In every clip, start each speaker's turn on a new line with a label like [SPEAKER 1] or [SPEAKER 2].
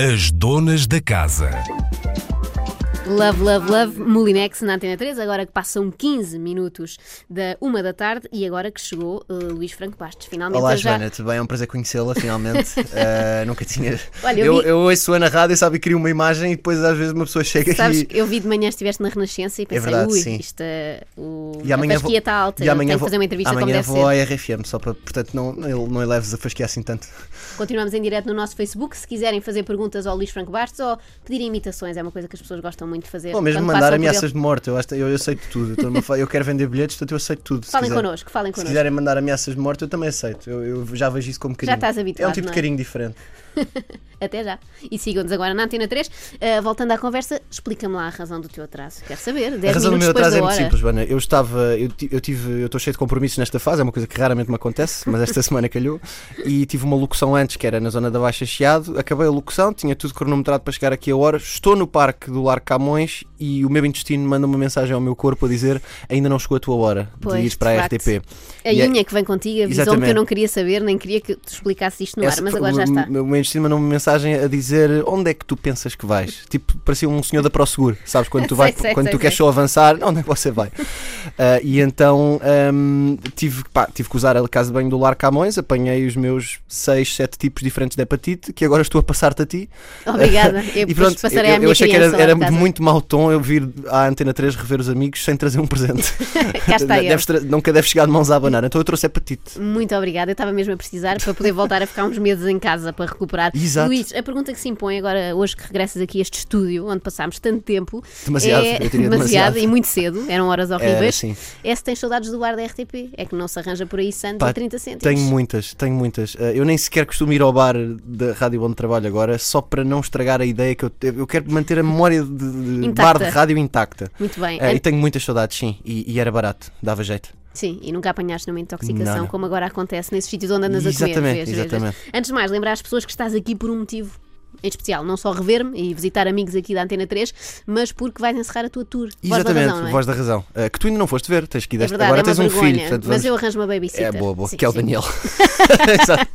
[SPEAKER 1] As donas da casa.
[SPEAKER 2] Love, love, love, Molinex na Antena 3, agora que passam 15 minutos da uma da tarde e agora que chegou eh, Luís Franco Bastos, finalmente.
[SPEAKER 3] Olá,
[SPEAKER 2] eu já-
[SPEAKER 3] Joana, tudo bem? É um prazer conhecê-la, finalmente. Eh, nunca tinha.
[SPEAKER 2] Olha, eu
[SPEAKER 3] eu,
[SPEAKER 2] vi-
[SPEAKER 3] eu ouço-a na rádio, sabe, e crio uma imagem e depois às vezes uma pessoa chega
[SPEAKER 2] Sabes,
[SPEAKER 3] e.
[SPEAKER 2] que eu vi de manhã estiveste na Renascença e pensei,
[SPEAKER 3] É verdade,
[SPEAKER 2] ui,
[SPEAKER 3] sim.
[SPEAKER 2] isto eh, o...
[SPEAKER 3] E
[SPEAKER 2] a
[SPEAKER 3] amanhã vou-
[SPEAKER 2] fasquia está alta,
[SPEAKER 3] e
[SPEAKER 2] eu
[SPEAKER 3] amanhã
[SPEAKER 2] tenho que
[SPEAKER 3] vou-
[SPEAKER 2] fazer uma entrevista como
[SPEAKER 3] amanhã
[SPEAKER 2] deve
[SPEAKER 3] vou é-
[SPEAKER 2] ser.
[SPEAKER 3] à RFM, só para, portanto, não, não, não eleves a fasquia assim tanto.
[SPEAKER 2] Continuamos em direto no nosso Facebook, se quiserem fazer perguntas ao Luís Franco Bastos ou pedir imitações, é uma coisa que as pessoas gostam muito de fazer.
[SPEAKER 3] Ou mesmo
[SPEAKER 2] quando passam
[SPEAKER 3] mandar
[SPEAKER 2] por
[SPEAKER 3] ameaças
[SPEAKER 2] ele.
[SPEAKER 3] de morte, eu, acho- eu, eu aceito tudo. Eu, estou numa fa- eu quero vender bilhetes, portanto eu aceito tudo. se
[SPEAKER 2] Falem
[SPEAKER 3] quiser.
[SPEAKER 2] connosco, falem
[SPEAKER 3] Se
[SPEAKER 2] connosco.
[SPEAKER 3] quiserem mandar ameaças de morte, eu também aceito. Eu, eu já vejo isso como carinho.
[SPEAKER 2] estás
[SPEAKER 3] É
[SPEAKER 2] habituado,
[SPEAKER 3] um tipo
[SPEAKER 2] não é?
[SPEAKER 3] de carinho diferente.
[SPEAKER 2] Até já. E sigam-nos agora na Antena 3. Eh, voltando à conversa, explica-me lá a razão do teu atraso. Quero saber, 10
[SPEAKER 3] A razão do
[SPEAKER 2] minutos depois
[SPEAKER 3] meu atraso
[SPEAKER 2] da
[SPEAKER 3] é
[SPEAKER 2] hora.
[SPEAKER 3] muito simples, Joana. Eu estava, eu, ti- eu tive, eu estou cheio de compromissos nesta fase, é uma coisa que raramente me acontece, mas esta semana calhou. E tive uma locução antes, que era na zona da Baixa Chiado. Acabei a locução, tinha tudo cronometrado para chegar aqui a hora. Estou no parque do Largo Camões e o meu intestino manda uma mensagem ao meu corpo a dizer ainda não chegou a tua hora
[SPEAKER 2] Pois,
[SPEAKER 3] de
[SPEAKER 2] de
[SPEAKER 3] ir para a
[SPEAKER 2] facto.
[SPEAKER 3] RTP.
[SPEAKER 2] A
[SPEAKER 3] E é-
[SPEAKER 2] Inha que vem contigo avisou-me
[SPEAKER 3] Exatamente.
[SPEAKER 2] que eu não queria saber, nem queria que tu explicasse isto no
[SPEAKER 3] Essa-
[SPEAKER 2] ar, mas agora já está.
[SPEAKER 3] O meu o meu intestino mandou uma mensagem a dizer onde é que tu pensas que vais. Tipo, parecia um senhor da ProSeguro, sabes? Quando tu, vais,
[SPEAKER 2] Sei, sei,
[SPEAKER 3] quando
[SPEAKER 2] sei,
[SPEAKER 3] tu queres
[SPEAKER 2] sei.
[SPEAKER 3] só avançar, onde é que você vai? Ah, e então ahm, tive, pá, tive que usar a casa de banho do Lar Camões, apanhei os meus 6, 7 tipos diferentes de hepatite, que agora estou a passar-te a ti.
[SPEAKER 2] Obrigada. Eu
[SPEAKER 3] e
[SPEAKER 2] depois
[SPEAKER 3] pronto, eu,
[SPEAKER 2] passarei à minha
[SPEAKER 3] eu achei que
[SPEAKER 2] criança
[SPEAKER 3] era,
[SPEAKER 2] lá
[SPEAKER 3] era
[SPEAKER 2] de casa.
[SPEAKER 3] muito mau tom eu vir à Antena 3 rever os amigos sem trazer um presente.
[SPEAKER 2] Cá está eu.
[SPEAKER 3] Deves tra- nunca deves chegar de mãos a abanar, então eu trouxe hepatite.
[SPEAKER 2] Muito obrigada, eu estava mesmo a precisar para poder voltar a ficar uns meses em casa para recuperar.
[SPEAKER 3] Exato.
[SPEAKER 2] Luís, a pergunta que se impõe agora, hoje que regressas aqui a este estúdio, onde passámos tanto tempo,
[SPEAKER 3] Demasiado,
[SPEAKER 2] é
[SPEAKER 3] eu diria demasiado.
[SPEAKER 2] e muito cedo, eram horas
[SPEAKER 3] Era,
[SPEAKER 2] horríveis.
[SPEAKER 3] sim.
[SPEAKER 2] é se tens saudades do ar da RTP, é que não se arranja por aí santo
[SPEAKER 3] Pá,
[SPEAKER 2] a 30 cêntimos.
[SPEAKER 3] Tenho muitas, tenho muitas. Eh, eu nem sequer costumo ir ao bar da Rádio Onde Trabalho agora, só para não estragar a ideia que eu te- Eu quero manter a memória de, de
[SPEAKER 2] Intacta. é
[SPEAKER 3] bar de rádio intacta.
[SPEAKER 2] Muito bem.
[SPEAKER 3] Eh,
[SPEAKER 2] An-
[SPEAKER 3] e tenho muitas saudades, sim. E, e era barato, dava jeito.
[SPEAKER 2] Sim, e nunca apanhaste numa intoxicação,
[SPEAKER 3] Não, não.
[SPEAKER 2] como agora acontece nesses sítios onde andas a comer.
[SPEAKER 3] Exatamente,
[SPEAKER 2] vês, vês, vês.
[SPEAKER 3] exatamente.
[SPEAKER 2] Antes de mais, lembrar as pessoas que estás aqui por um motivo em especial. Não só rever-me e visitar amigos aqui da Antena 3, mas porque vais encerrar a tua tour. Voz da
[SPEAKER 3] Exatamente,
[SPEAKER 2] razão, não é?
[SPEAKER 3] voz da razão. Eh, que tu ainda não foste ver, tens que ir
[SPEAKER 2] É
[SPEAKER 3] desta.
[SPEAKER 2] verdade,
[SPEAKER 3] agora
[SPEAKER 2] é uma
[SPEAKER 3] tens um
[SPEAKER 2] vergonha,
[SPEAKER 3] filho. portanto,
[SPEAKER 2] mas
[SPEAKER 3] vamos-
[SPEAKER 2] eu arranjo uma babysitter.
[SPEAKER 3] É boa, boa,
[SPEAKER 2] Sim,
[SPEAKER 3] que é o
[SPEAKER 2] sim.
[SPEAKER 3] Daniel. Exato.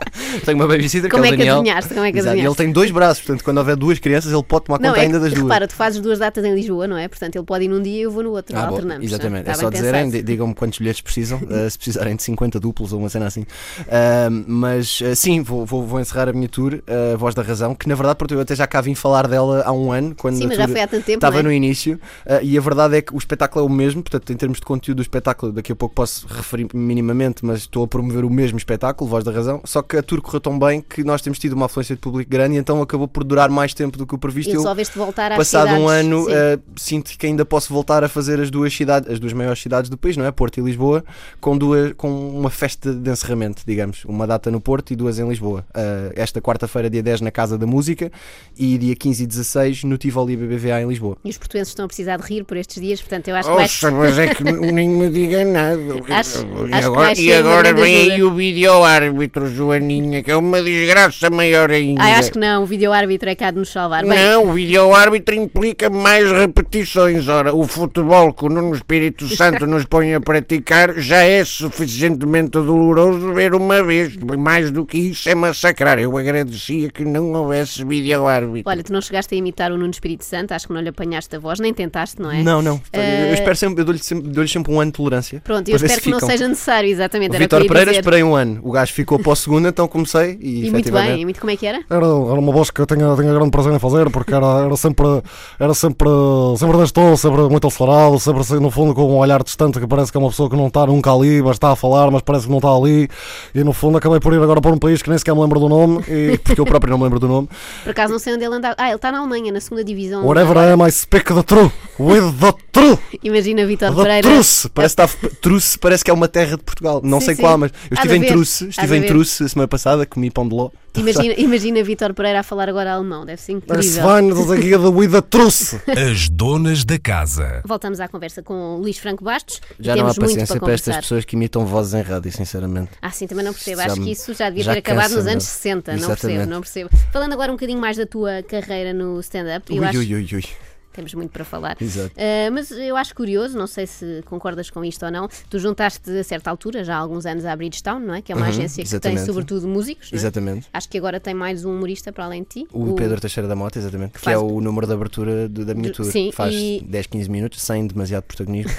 [SPEAKER 3] Tenho uma babysitter
[SPEAKER 2] Como
[SPEAKER 3] que
[SPEAKER 2] é
[SPEAKER 3] é
[SPEAKER 2] que
[SPEAKER 3] o Daniel.
[SPEAKER 2] adivinhaste? Como é que
[SPEAKER 3] Exato. E
[SPEAKER 2] adivinhaste?
[SPEAKER 3] ele tem dois braços, portanto, quando houver duas crianças, ele pode tomar
[SPEAKER 2] Não,
[SPEAKER 3] conta
[SPEAKER 2] é
[SPEAKER 3] ainda
[SPEAKER 2] que,
[SPEAKER 3] das duas.
[SPEAKER 2] repara, tu fazes duas datas em Lisboa, não é? Portanto, ele pode ir num dia e eu vou no outro,
[SPEAKER 3] Ah, bom,
[SPEAKER 2] alternamos.
[SPEAKER 3] Exatamente,
[SPEAKER 2] não é?
[SPEAKER 3] é
[SPEAKER 2] Está
[SPEAKER 3] só
[SPEAKER 2] bem
[SPEAKER 3] dizerem,
[SPEAKER 2] pensado.
[SPEAKER 3] di- digam-me quantos bilhetes precisam, eh, se precisarem de 50 duplos ou uma cena assim. Ah, mas eh, sim, vou, vou- vou encerrar a minha tour, eh, Voz da Razão, que na verdade porque eu até já cá vim falar dela há um ano, quando
[SPEAKER 2] Sim,
[SPEAKER 3] a
[SPEAKER 2] mas já
[SPEAKER 3] tour
[SPEAKER 2] foi há tanto tempo,
[SPEAKER 3] estava
[SPEAKER 2] não é?
[SPEAKER 3] no início, ah, e a verdade é que o espetáculo é o mesmo, portanto, em termos de conteúdo do espetáculo, daqui a pouco posso referir minimamente, mas estou a promover o mesmo espetáculo, Voz da Razão, só que a tour correu tão bem que nós temos tido uma afluência de público grande e então acabou por durar mais tempo do que o previsto.
[SPEAKER 2] E
[SPEAKER 3] Eu-
[SPEAKER 2] só veste voltar às
[SPEAKER 3] passado um
[SPEAKER 2] cidades,
[SPEAKER 3] ano
[SPEAKER 2] sim.
[SPEAKER 3] eh, sinto que ainda posso voltar a fazer as duas cidades as duas maiores cidades do país não é Porto e Lisboa com duas com uma festa de encerramento digamos uma data no Porto e duas em Lisboa Eh, esta quarta-feira dia 10 na Casa da Música e dia 15 e 16 no Tivoli BBVA em Lisboa
[SPEAKER 2] E os portuenses estão a precisar de rir por estes dias, portanto, eu acho que vai
[SPEAKER 4] Nossa, mas é que nem me diga nada. é
[SPEAKER 2] Acho- acho
[SPEAKER 4] e
[SPEAKER 2] que vai
[SPEAKER 4] agora,
[SPEAKER 2] ser
[SPEAKER 4] e agora
[SPEAKER 2] uma
[SPEAKER 4] vem
[SPEAKER 2] grande
[SPEAKER 4] aí o vídeo-árbitro, Joaninha, que é uma desgraça maior ainda.
[SPEAKER 2] Ah, eu acho que não, o vídeo-árbitro é cá de nos salvar. Bem,
[SPEAKER 4] Não, o vídeo-árbitro implica mais repetições. Ora, o futebol que o Nuno Espírito Santo nos põe a praticar já é suficientemente doloroso ver uma vez. Mais do que isso é massacrar. Eu agradecia que não houvesse vídeo-árbitro.
[SPEAKER 2] olha, tu não chegaste a imitar o Nuno Espírito Santo, acho que não lhe apanhaste a voz, nem tentaste, não é?
[SPEAKER 3] não não eu-
[SPEAKER 2] Eh,
[SPEAKER 3] eu espero sempre eu dou-lhe sempre, dou-lhe sempre um ano de tolerância
[SPEAKER 2] Pronto, eu
[SPEAKER 3] para ver se
[SPEAKER 2] espero que não
[SPEAKER 3] ficam.
[SPEAKER 2] seja necessário, exatamente.
[SPEAKER 3] o
[SPEAKER 2] era o que eu
[SPEAKER 3] Vitor
[SPEAKER 2] ia
[SPEAKER 3] Pereira
[SPEAKER 2] dizer.
[SPEAKER 3] esperei um ano o gajo ficou para o segundo então comecei e,
[SPEAKER 2] E muito
[SPEAKER 3] efetivamente
[SPEAKER 2] bem, e muito como é que era?
[SPEAKER 5] Era, era uma voz que eu tinha, tinha grande prazer em fazer, porque era, era sempre era sempre, sempre neste tom, sempre muito acelerado, sempre assim, no fundo com um olhar distante que parece que é uma pessoa que não está nunca ali, mas está a falar, mas parece que não está ali. E no fundo acabei por ir agora para um país que nem sequer me lembro do nome, e
[SPEAKER 3] porque eu próprio não me lembro do nome
[SPEAKER 2] Por acaso não sei onde ele anda. Ah, ele está na Alemanha, na segunda divisão.
[SPEAKER 5] whatever I am, I speak the truth, with the truth,
[SPEAKER 2] Imagina Vitor
[SPEAKER 5] the
[SPEAKER 2] Pereira.
[SPEAKER 5] truth.
[SPEAKER 3] Parece que, está, Truce parece que é uma terra de Portugal. Não
[SPEAKER 2] Sim,
[SPEAKER 3] sei
[SPEAKER 2] sim.
[SPEAKER 3] qual, mas eu
[SPEAKER 2] Há de
[SPEAKER 3] estive em
[SPEAKER 2] haver.
[SPEAKER 3] Truce,
[SPEAKER 2] Há de
[SPEAKER 3] estive em
[SPEAKER 2] haver.
[SPEAKER 3] Truce a semana passada, comi pão de ló.
[SPEAKER 2] Imagina, imagina Vitor Pereira a falar agora alemão, deve ser
[SPEAKER 5] Esse
[SPEAKER 2] incrível.
[SPEAKER 5] vine is a guia de with the truth.
[SPEAKER 1] As donas da casa.
[SPEAKER 2] Voltamos à conversa com o Luís Franco Bastos. e
[SPEAKER 3] Já não há
[SPEAKER 2] temos muito
[SPEAKER 3] paciência
[SPEAKER 2] para,
[SPEAKER 3] para estas
[SPEAKER 2] conversar.
[SPEAKER 3] pessoas que imitam vozes em rádio, sinceramente.
[SPEAKER 2] Ah, sim, também não percebo.
[SPEAKER 3] Já
[SPEAKER 2] Acho
[SPEAKER 3] me-
[SPEAKER 2] que isso já devia
[SPEAKER 3] já
[SPEAKER 2] ter acabado nos
[SPEAKER 3] cansa-me.
[SPEAKER 2] anos 60. Não percebo,
[SPEAKER 3] Exatamente.
[SPEAKER 2] não percebo. Falando agora um bocadinho mais da tua carreira no stand-up, eu
[SPEAKER 3] Ui,
[SPEAKER 2] acho
[SPEAKER 3] ui, ui, ui.
[SPEAKER 2] Temos muito para falar.
[SPEAKER 3] Exato.
[SPEAKER 2] Uh, mas eu acho curioso, não sei se concordas com isto ou não, tu juntaste a certa altura, já há alguns anos, à Bridgestone, não é? Que é uma
[SPEAKER 3] Uhum,
[SPEAKER 2] agência que tem
[SPEAKER 3] exatamente.
[SPEAKER 2] sobretudo músicos. não é?
[SPEAKER 3] Exatamente.
[SPEAKER 2] Acho que agora tem mais um humorista para além de ti.
[SPEAKER 3] O Pedro Teixeira da Mota, exatamente, que,
[SPEAKER 2] faz-
[SPEAKER 3] é o número de abertura do- da minha
[SPEAKER 2] Do-
[SPEAKER 3] tour.
[SPEAKER 2] sim,
[SPEAKER 3] Faz
[SPEAKER 2] e-
[SPEAKER 3] 10, 15 minutos, sem demasiado protagonismo.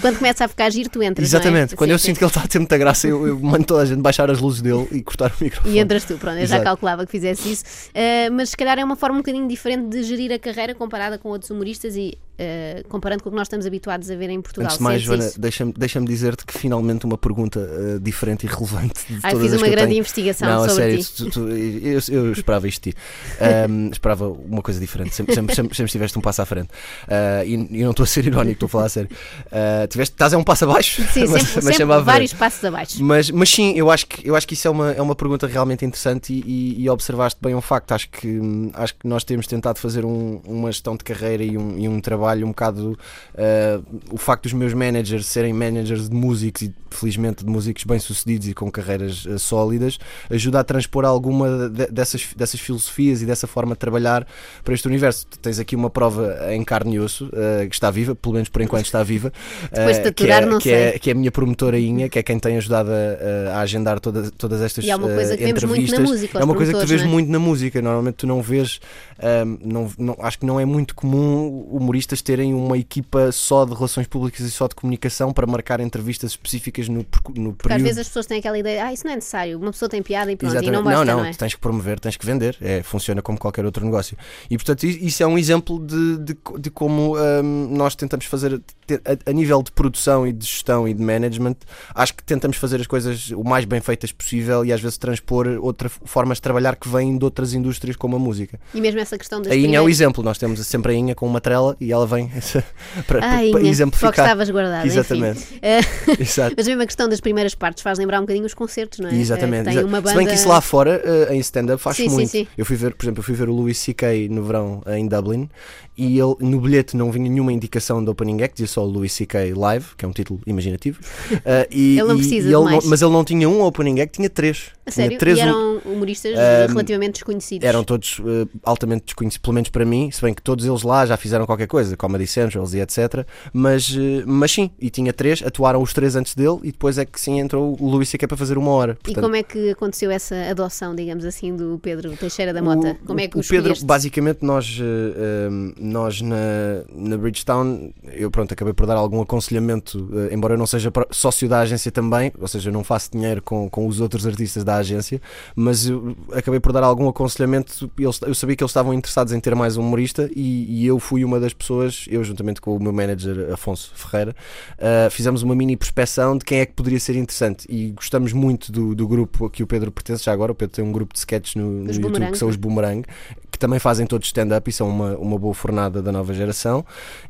[SPEAKER 2] Quando começa a ficar giro, tu entras.
[SPEAKER 3] Exatamente.
[SPEAKER 2] não é?
[SPEAKER 3] Quando
[SPEAKER 2] Sim,
[SPEAKER 3] eu
[SPEAKER 2] sim.
[SPEAKER 3] sinto que ele está a ter muita graça, eu, eu mando toda a gente baixar as luzes dele e é cortar o microfone.
[SPEAKER 2] E entras tu, pronto, eu já
[SPEAKER 3] Exato.
[SPEAKER 2] calculava que fizesse isso. Uh, mas se calhar é uma forma um bocadinho diferente de gerir a carreira comparada com outros humoristas e uh, comparando com o que nós estamos habituados a ver em Portugal.
[SPEAKER 3] Antes de mais,
[SPEAKER 2] Sentes
[SPEAKER 3] Joana,
[SPEAKER 2] isso?
[SPEAKER 3] deixa-me deixa dizer-te que finalmente uma pergunta eh, diferente e relevante de
[SPEAKER 2] Ai,
[SPEAKER 3] todas
[SPEAKER 2] Ah, fiz
[SPEAKER 3] as
[SPEAKER 2] uma
[SPEAKER 3] que eu
[SPEAKER 2] grande
[SPEAKER 3] tenho.
[SPEAKER 2] investigação
[SPEAKER 3] Não, a
[SPEAKER 2] sobre
[SPEAKER 3] sério,
[SPEAKER 2] ti.
[SPEAKER 3] tu- tu- eu, eu esperava isto de ti. Ahm, esperava uma coisa diferente. Sempre, sempre, sempre, sempre tiveste um passo à frente. Ah, e, e não estou a ser irónico, estou a falar a sério. Ah, tiveste, estás a um passo abaixo?
[SPEAKER 2] Sim,
[SPEAKER 3] mas,
[SPEAKER 2] sempre,
[SPEAKER 3] mas
[SPEAKER 2] sempre
[SPEAKER 3] sempre à frente.
[SPEAKER 2] vários passos abaixo.
[SPEAKER 3] Mas, mas sim, eu acho que, eu acho que isso é uma, é uma pergunta realmente interessante e, e- e observaste bem um facto. Acho que, hum, acho que nós temos tentado fazer um- uma gestão de carreira e um, e um trabalho um bocado. ah, o facto dos meus managers serem managers de músicos e, felizmente, de músicos bem-sucedidos e com carreiras ah, sólidas, ajuda a transpor alguma de- dessas, dessas filosofias e dessa forma de trabalhar para este universo. Tu Tens aqui uma prova em carne e osso ah, que está viva, pelo menos por enquanto está viva.
[SPEAKER 2] Depois de
[SPEAKER 3] ah, que é-
[SPEAKER 2] aturar, não
[SPEAKER 3] que é-
[SPEAKER 2] sei.
[SPEAKER 3] que é a minha promotorainha, que é quem tem ajudado a, a agendar todas, todas estas
[SPEAKER 2] E é uma coisa
[SPEAKER 3] eh,
[SPEAKER 2] que vemos muito na
[SPEAKER 3] entrevistas.
[SPEAKER 2] música, os
[SPEAKER 3] É uma coisa que tu
[SPEAKER 2] promotores,
[SPEAKER 3] vês
[SPEAKER 2] não é?
[SPEAKER 3] muito na música. Normalmente tu não vês, ahm, não, não- acho que não é muito comum humoristas terem uma equipa só de relações públicas e só de comunicação para marcar entrevistas específicas no, percu- no
[SPEAKER 2] Porque às
[SPEAKER 3] período.
[SPEAKER 2] vezes as pessoas têm aquela ideia, ah, isso não é necessário, uma pessoa tem piada e pronto,
[SPEAKER 3] Exatamente.
[SPEAKER 2] e não basta, não,
[SPEAKER 3] não,
[SPEAKER 2] é?
[SPEAKER 3] tu tens que promover, tens que vender, é, funciona como qualquer outro negócio. E portanto, i- isso é um exemplo de, de, co- de como hum, nós tentamos fazer, ter- a, a nível de produção e de gestão e de management, acho que tentamos fazer as coisas o mais bem feitas possível e às vezes transpor outras formas de trabalhar que vêm de outras indústrias como a música.
[SPEAKER 2] E mesmo essa questão das
[SPEAKER 3] a Inha é o
[SPEAKER 2] primeiras-
[SPEAKER 3] exemplo, nós temos sempre a Inha com uma trela e ela vem para,
[SPEAKER 2] Ah,
[SPEAKER 3] para
[SPEAKER 2] Inha, só que
[SPEAKER 3] exemplificar.
[SPEAKER 2] estavas guardada, enfim.
[SPEAKER 3] Exatamente.
[SPEAKER 2] Eh,
[SPEAKER 3] Exato.
[SPEAKER 2] Mas mesmo a questão das primeiras partes faz lembrar um bocadinho os concertos, não é? Eh,
[SPEAKER 3] Exatamente.
[SPEAKER 2] Tem
[SPEAKER 3] exa-
[SPEAKER 2] uma banda...
[SPEAKER 3] Se bem que isso lá fora, eh, em stand-up, faz
[SPEAKER 2] Sim, sim,
[SPEAKER 3] muito.
[SPEAKER 2] sim.
[SPEAKER 3] Eu fui ver, por exemplo, eu fui ver o Louis C.K. no verão eh, em Dublin e ele no bilhete não vinha nenhuma indicação de Opening Act, dizia só Louis C.K. Live, que é um título imaginativo. Eh, e,
[SPEAKER 2] Ele não
[SPEAKER 3] e-
[SPEAKER 2] precisa
[SPEAKER 3] e
[SPEAKER 2] de
[SPEAKER 3] ele
[SPEAKER 2] mais.
[SPEAKER 3] Mas ele não tinha um Opening Act, tinha três.
[SPEAKER 2] A
[SPEAKER 3] Tinha
[SPEAKER 2] sério?
[SPEAKER 3] três
[SPEAKER 2] e
[SPEAKER 3] um-
[SPEAKER 2] eram humoristas
[SPEAKER 3] Ahm,
[SPEAKER 2] relativamente desconhecidos.
[SPEAKER 3] eram todos eh, altamente desconhecidos, pelo menos para mim, se bem que todos eles lá já fizeram qualquer coisa, Comedy Centrals e etc. Mas, eh, mas sim, e tinha três, atuaram os três antes dele e depois é que sim entrou o Louis C.K. para fazer uma hora.
[SPEAKER 2] E
[SPEAKER 3] Portanto,
[SPEAKER 2] como é que aconteceu essa adoção, digamos assim, do Pedro Teixeira da Mota?
[SPEAKER 3] O-
[SPEAKER 2] como é que
[SPEAKER 3] o
[SPEAKER 2] os
[SPEAKER 3] Pedro,
[SPEAKER 2] escolheste?
[SPEAKER 3] basicamente, nós, eh, ehm, nós na, na Bridgestone, eu pronto, acabei por dar algum aconselhamento, eh, embora eu não seja pró- sócio da agência também, ou seja, eu não faço dinheiro com, com os outros artistas da agência, mas eu acabei por dar algum aconselhamento. eles- eu sabia que eles estavam interessados em ter mais um humorista e, e eu fui uma das pessoas, eu juntamente com o meu manager Afonso Ferreira, eh, fizemos uma mini prospeção de quem é que poderia ser interessante e gostamos muito do, do grupo a que o Pedro pertence já agora. O Pedro tem um grupo de sketches no, no
[SPEAKER 2] Os
[SPEAKER 3] YouTube
[SPEAKER 2] Boomerang,
[SPEAKER 3] que são
[SPEAKER 2] né?
[SPEAKER 3] os Boomerang, que também fazem todos stand-up e são uma, uma boa fornada da nova geração.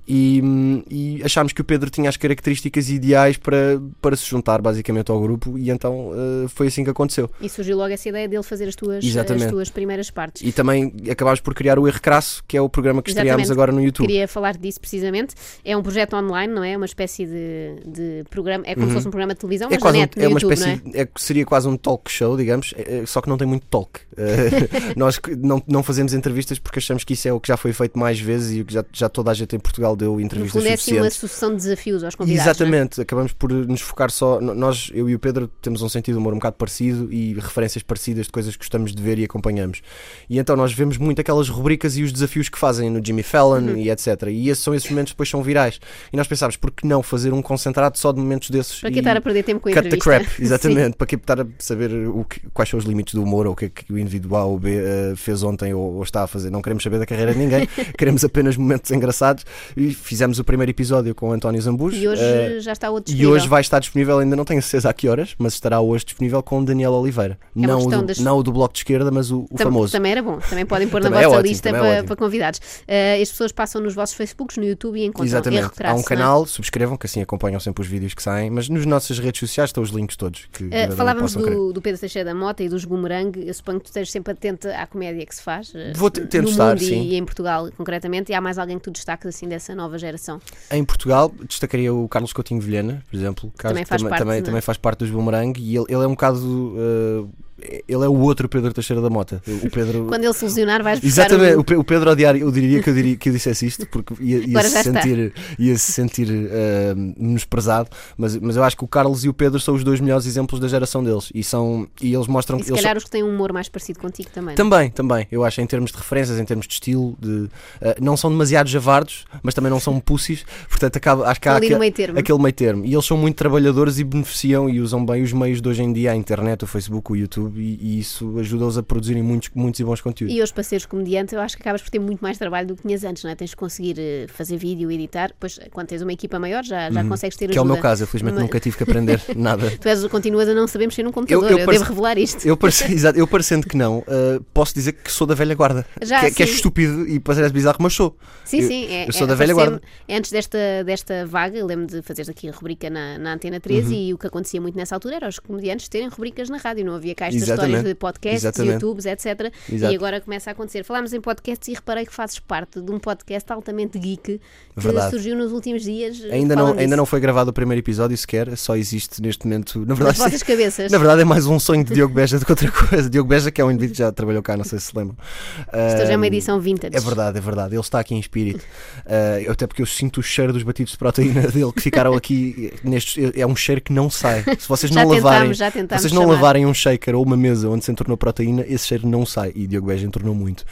[SPEAKER 3] E, hum, e achámos que o Pedro tinha as características ideais para, para se juntar basicamente ao grupo, e então eh, foi assim que aconteceu.
[SPEAKER 2] E surgiu logo essa ideia dele fazer as tuas,
[SPEAKER 3] Exatamente.
[SPEAKER 2] as tuas primeiras partes.
[SPEAKER 3] E também acabámos por criar o Erro Crasso, que é o programa que estreámos
[SPEAKER 2] Exatamente.
[SPEAKER 3] agora no YouTube.
[SPEAKER 2] Queria falar disso precisamente. É um projeto online, não é? Uma espécie de, de programa. É como se fosse um programa de televisão,
[SPEAKER 3] É
[SPEAKER 2] mas na
[SPEAKER 3] quase um-
[SPEAKER 2] net, no
[SPEAKER 3] é uma
[SPEAKER 2] YouTube,
[SPEAKER 3] espécie,
[SPEAKER 2] não é?
[SPEAKER 3] é que seria quase um talk show, digamos, eh, eh, só que não tem muito talk. Eh, Nós que- não, não fazemos entrevistas porque achamos que isso é o que já foi feito mais vezes e o que já, já toda a gente em Portugal deu
[SPEAKER 2] No
[SPEAKER 3] entrevistas
[SPEAKER 2] fundo é assim uma
[SPEAKER 3] suficientes.
[SPEAKER 2] sucessão de desafios aos convidados. não é?
[SPEAKER 3] Exatamente, acabamos por nos focar só. no- Nós, eu e o Pedro, temos um sentido de humor um bocado parecido e referências parecidas de coisas que gostamos de ver e acompanhamos. E então nós vemos muito aquelas rubricas e os desafios que fazem no Jimmy Fallon
[SPEAKER 2] Uhum.
[SPEAKER 3] e etc. E esses são esses momentos que depois são virais. E nós pensámos, por que não fazer um concentrado só de momentos desses?
[SPEAKER 2] Para
[SPEAKER 3] e-
[SPEAKER 2] que estar a perder tempo com a
[SPEAKER 3] Cut the
[SPEAKER 2] entrevista?
[SPEAKER 3] crap, exatamente, para que estar a saber o que- quais são os limites do humor ou o que é que o indivíduo A ou B eh, fez ontem ou, ou está a fazer. Não queremos saber da carreira de ninguém, queremos apenas momentos engraçados. E fizemos o primeiro episódio com o António Zambus.
[SPEAKER 2] E hoje
[SPEAKER 3] eh,
[SPEAKER 2] já está outro
[SPEAKER 3] e hoje vai estar disponível, ainda não tenho certeza a que horas, mas estará hoje disponível com o Daniel Oliveira.
[SPEAKER 2] É uma
[SPEAKER 3] não, o
[SPEAKER 2] questão
[SPEAKER 3] do,
[SPEAKER 2] das-
[SPEAKER 3] não o do Bloco de Esquerda, mas o, o
[SPEAKER 2] Tam-
[SPEAKER 3] famoso.
[SPEAKER 2] Também era bom, também podem pôr na
[SPEAKER 3] Também é
[SPEAKER 2] vossa
[SPEAKER 3] ótimo,
[SPEAKER 2] lista
[SPEAKER 3] também é
[SPEAKER 2] para,
[SPEAKER 3] ótimo.
[SPEAKER 2] para convidados. Eh, as pessoas passam nos vossos Facebooks, no YouTube e encontram
[SPEAKER 3] Exatamente,
[SPEAKER 2] erro
[SPEAKER 3] há
[SPEAKER 2] traço,
[SPEAKER 3] um
[SPEAKER 2] não é?
[SPEAKER 3] canal, subscrevam, que assim acompanham sempre os vídeos que saem, mas nas nossas redes sociais estão os links todos. Que
[SPEAKER 2] Eh,
[SPEAKER 3] eventualmente
[SPEAKER 2] falávamos
[SPEAKER 3] possam querer.
[SPEAKER 2] do, do Pedro Teixeira da Mota e dos Boomerang. Eu suponho que tu estejas sempre atenta à comédia que se faz. eh,
[SPEAKER 3] Vou te- tento
[SPEAKER 2] no
[SPEAKER 3] estar,
[SPEAKER 2] mundo
[SPEAKER 3] sim.
[SPEAKER 2] E em Portugal, concretamente. E há mais alguém que tu destaques assim dessa nova geração?
[SPEAKER 3] Em Portugal, destacaria o Carlos Coutinho Vilhena, por exemplo. Carlos
[SPEAKER 2] Também faz
[SPEAKER 3] tam-
[SPEAKER 2] parte,
[SPEAKER 3] também,
[SPEAKER 2] né?
[SPEAKER 3] também faz parte dos Boomerang e ele, ele é um bocado. eh, ele é o outro Pedro Teixeira da Mota. O Pedro.
[SPEAKER 2] Quando ele se lesionar, vais buscar
[SPEAKER 3] Exatamente,
[SPEAKER 2] um-
[SPEAKER 3] o Pe- o Pedro odiar, eu diria que eu, diria, que eu dissesse isto porque ia, ia
[SPEAKER 2] Agora já
[SPEAKER 3] se
[SPEAKER 2] está.
[SPEAKER 3] sentir, ia se sentir ah, menosprezado, mas, mas eu acho que o Carlos e o Pedro são os dois melhores exemplos da geração deles e, são, e eles mostram
[SPEAKER 2] E
[SPEAKER 3] que
[SPEAKER 2] se
[SPEAKER 3] eles
[SPEAKER 2] calhar os que têm um humor mais parecido contigo também. não é?
[SPEAKER 3] também, também, eu acho, em termos de referências, em termos de estilo, de, ah, não são demasiado javardos, mas também não são pussis, portanto acaba, acho que há
[SPEAKER 2] Ali
[SPEAKER 3] aque-
[SPEAKER 2] no meio termo.
[SPEAKER 3] aquele meio termo. E eles são muito trabalhadores e beneficiam e usam bem os meios de hoje em dia, a internet, o Facebook, o YouTube, e, e isso ajuda-os a produzirem muitos, muitos e bons conteúdos.
[SPEAKER 2] E hoje, para seres comediante, eu acho que acabas por ter muito mais trabalho do que tinhas antes, não é? Tens de conseguir eh, fazer vídeo, editar. Pois, quando tens uma equipa maior, já, já consegues ter
[SPEAKER 3] Que é o
[SPEAKER 2] ajuda.
[SPEAKER 3] meu caso, eu felizmente
[SPEAKER 2] Mas-
[SPEAKER 3] nunca tive que aprender nada.
[SPEAKER 2] Tu és, o- continuas a não sabermos ser um computador. Eu,
[SPEAKER 3] eu
[SPEAKER 2] devo
[SPEAKER 3] parece-
[SPEAKER 2] revelar isto.
[SPEAKER 3] Eu, parece, exato, eu parecendo que não, ah, posso dizer que sou da velha guarda.
[SPEAKER 2] Já,
[SPEAKER 3] que, é- que é
[SPEAKER 2] sim.
[SPEAKER 3] estúpido e parece bizarro, mas sou.
[SPEAKER 2] Sim,
[SPEAKER 3] eu-
[SPEAKER 2] sim. É,
[SPEAKER 3] eu sou
[SPEAKER 2] é-
[SPEAKER 3] da velha
[SPEAKER 2] apareceu-me-
[SPEAKER 3] guarda.
[SPEAKER 2] é Antes desta, desta vaga, eu lembro de fazeres aqui a rubrica na, na Antena 13
[SPEAKER 3] Uhum.
[SPEAKER 2] e o que acontecia muito nessa altura era os comediantes terem rubricas na rádio. Não havia cá estas histórias
[SPEAKER 3] Exatamente.
[SPEAKER 2] de podcasts,
[SPEAKER 3] Exatamente.
[SPEAKER 2] YouTubes, etc.
[SPEAKER 3] Exato.
[SPEAKER 2] E agora começa a acontecer. Falámos em podcasts e reparei que fazes parte de um podcast altamente geek que
[SPEAKER 3] Verdade.
[SPEAKER 2] surgiu nos últimos dias.
[SPEAKER 3] Ainda não,
[SPEAKER 2] falando
[SPEAKER 3] ainda
[SPEAKER 2] eh, disso.
[SPEAKER 3] não foi gravado o primeiro episódio sequer, só existe neste momento. Na
[SPEAKER 2] Nas
[SPEAKER 3] verdade,
[SPEAKER 2] vossas cabeças.
[SPEAKER 3] na verdade é mais um sonho de Diogo Beja do que outra coisa. Diogo Beja, que é um indivíduo que já trabalhou cá, não sei se se lembra.
[SPEAKER 2] Isto hoje é uma
[SPEAKER 3] Ah,
[SPEAKER 2] edição vintage.
[SPEAKER 3] É verdade, é verdade. Ele está aqui em espírito. Ah, eu- até porque eu sinto o cheiro dos batidos de proteína dele que ficaram aqui. Nestes, é um cheiro que não sai. Se vocês
[SPEAKER 2] Já
[SPEAKER 3] não lavarem,
[SPEAKER 2] tentámos, já tentámos.
[SPEAKER 3] vocês não
[SPEAKER 2] chamar.
[SPEAKER 3] lavarem um shaker ou uma mesa onde se entornou proteína, esse cheiro não sai. E Diogo Beja entornou muito.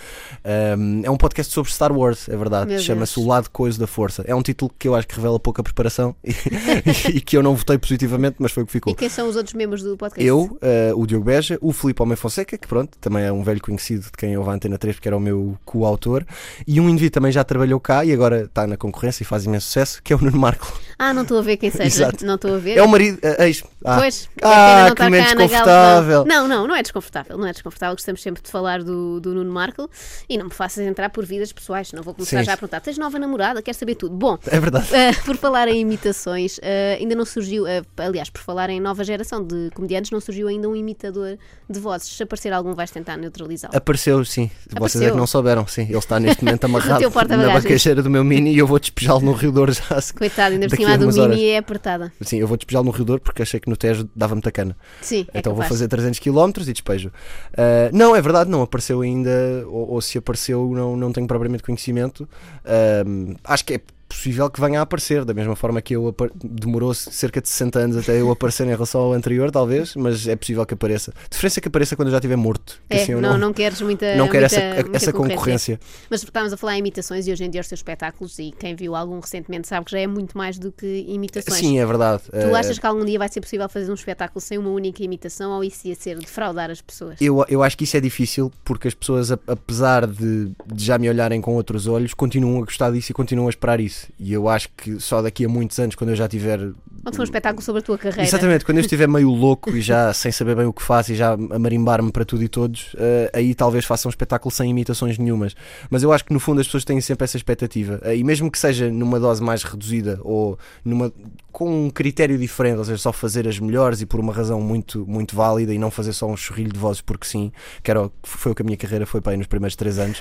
[SPEAKER 3] Um, é um podcast sobre Star Wars, é
[SPEAKER 2] Meu
[SPEAKER 3] verdade. Chama-se O
[SPEAKER 2] Deus.
[SPEAKER 3] Lado Coisa da Força. É um título que eu acho que revela pouca preparação e, e que eu não votei positivamente, mas foi o que ficou.
[SPEAKER 2] E quem são os outros membros do podcast?
[SPEAKER 3] Eu, eh, o Diogo Beja, o Filipe Homem Fonseca, que pronto, também é um velho conhecido de quem houve a Antena 3, porque era o meu coautor, e um indivíduo também já trabalhou cá e agora está na concorrência e faz imenso sucesso, que é o Nuno Marco.
[SPEAKER 2] Ah, não estou a ver quem seja.
[SPEAKER 3] Exato.
[SPEAKER 2] Não estou a ver.
[SPEAKER 3] É o marido, eh, ex. Ah,
[SPEAKER 2] Pois, é
[SPEAKER 3] Ah,
[SPEAKER 2] pena não
[SPEAKER 3] que
[SPEAKER 2] estar cá
[SPEAKER 3] momento
[SPEAKER 2] na gala,
[SPEAKER 3] desconfortável.
[SPEAKER 2] Não, não, não é desconfortável. Não é desconfortável. Gostamos sempre de falar do, do Nuno Marco e não me faças entrar por vidas pessoais. Não vou começar
[SPEAKER 3] Sim.
[SPEAKER 2] já a perguntar. Tens nova namorada? Queres saber tudo? Bom,
[SPEAKER 3] É verdade.
[SPEAKER 2] eh, por falar em imitações, eh, ainda não surgiu, eh, aliás, por falar em nova geração de comediantes, não surgiu ainda um imitador de vozes. Se aparecer algum, vais tentar neutralizá-lo.
[SPEAKER 3] Apareceu, sim. Vocês é
[SPEAKER 2] Apareceu.
[SPEAKER 3] que não souberam, sim. Ele está neste momento amarrado
[SPEAKER 2] teu porta-bagagens.
[SPEAKER 3] na bacageira do meu mini e eu vou despejá-lo no Rio Douro já. a se-
[SPEAKER 2] Coitado, ainda por
[SPEAKER 3] daqui
[SPEAKER 2] cima
[SPEAKER 3] a
[SPEAKER 2] a do
[SPEAKER 3] umas
[SPEAKER 2] Mini
[SPEAKER 3] horas.
[SPEAKER 2] é apertada.
[SPEAKER 3] Sim, eu vou despejá-lo no Rio Douro porque achei que no Tejo dava-me tacana.
[SPEAKER 2] Sim, é
[SPEAKER 3] então vou
[SPEAKER 2] capaz.
[SPEAKER 3] fazer 300 km e despejo. Ah, não, é verdade, não apareceu ainda, ou, ou se apareceu, não, não tenho propriamente conhecimento. Ahm, acho que é possível que venha a aparecer, da mesma forma que eu apar- demorou cerca de 60 anos até eu aparecer em relação ao anterior, talvez, mas é possível que apareça. diferença é que apareça quando eu já estiver morto. que
[SPEAKER 2] É,
[SPEAKER 3] assim eu
[SPEAKER 2] não, não queres muita,
[SPEAKER 3] não quero
[SPEAKER 2] muita,
[SPEAKER 3] essa,
[SPEAKER 2] muita
[SPEAKER 3] essa
[SPEAKER 2] concorrência.
[SPEAKER 3] concorrência.
[SPEAKER 2] Mas estávamos a falar em imitações e hoje em dia os teus espetáculos, e quem viu algum recentemente sabe que já é muito mais do que imitações.
[SPEAKER 3] Sim, é verdade.
[SPEAKER 2] Tu
[SPEAKER 3] Ah,
[SPEAKER 2] achas que algum dia vai ser possível fazer um espetáculo sem uma única imitação ou isso ia ser defraudar as pessoas?
[SPEAKER 3] Eu, eu acho que isso é difícil porque as pessoas, a- apesar de, de já me olharem com outros olhos, continuam a gostar disso e continuam a esperar isso. E eu acho que só daqui a muitos anos, quando eu já tiver.
[SPEAKER 2] Ou foi um espetáculo sobre a tua carreira?
[SPEAKER 3] Exatamente, quando eu estiver meio louco e já sem saber bem o que faço e já a marimbar-me para tudo e todos, eh, aí talvez faça um espetáculo sem imitações nenhumas. Mas eu acho que no fundo as pessoas têm sempre essa expectativa. Eh, e mesmo que seja numa dose mais reduzida ou numa, com um critério diferente, ou seja, só fazer as melhores e por uma razão muito, muito válida e não fazer só um chorrilho de vozes porque sim, que era, o- foi o que a minha carreira foi para aí nos primeiros três anos.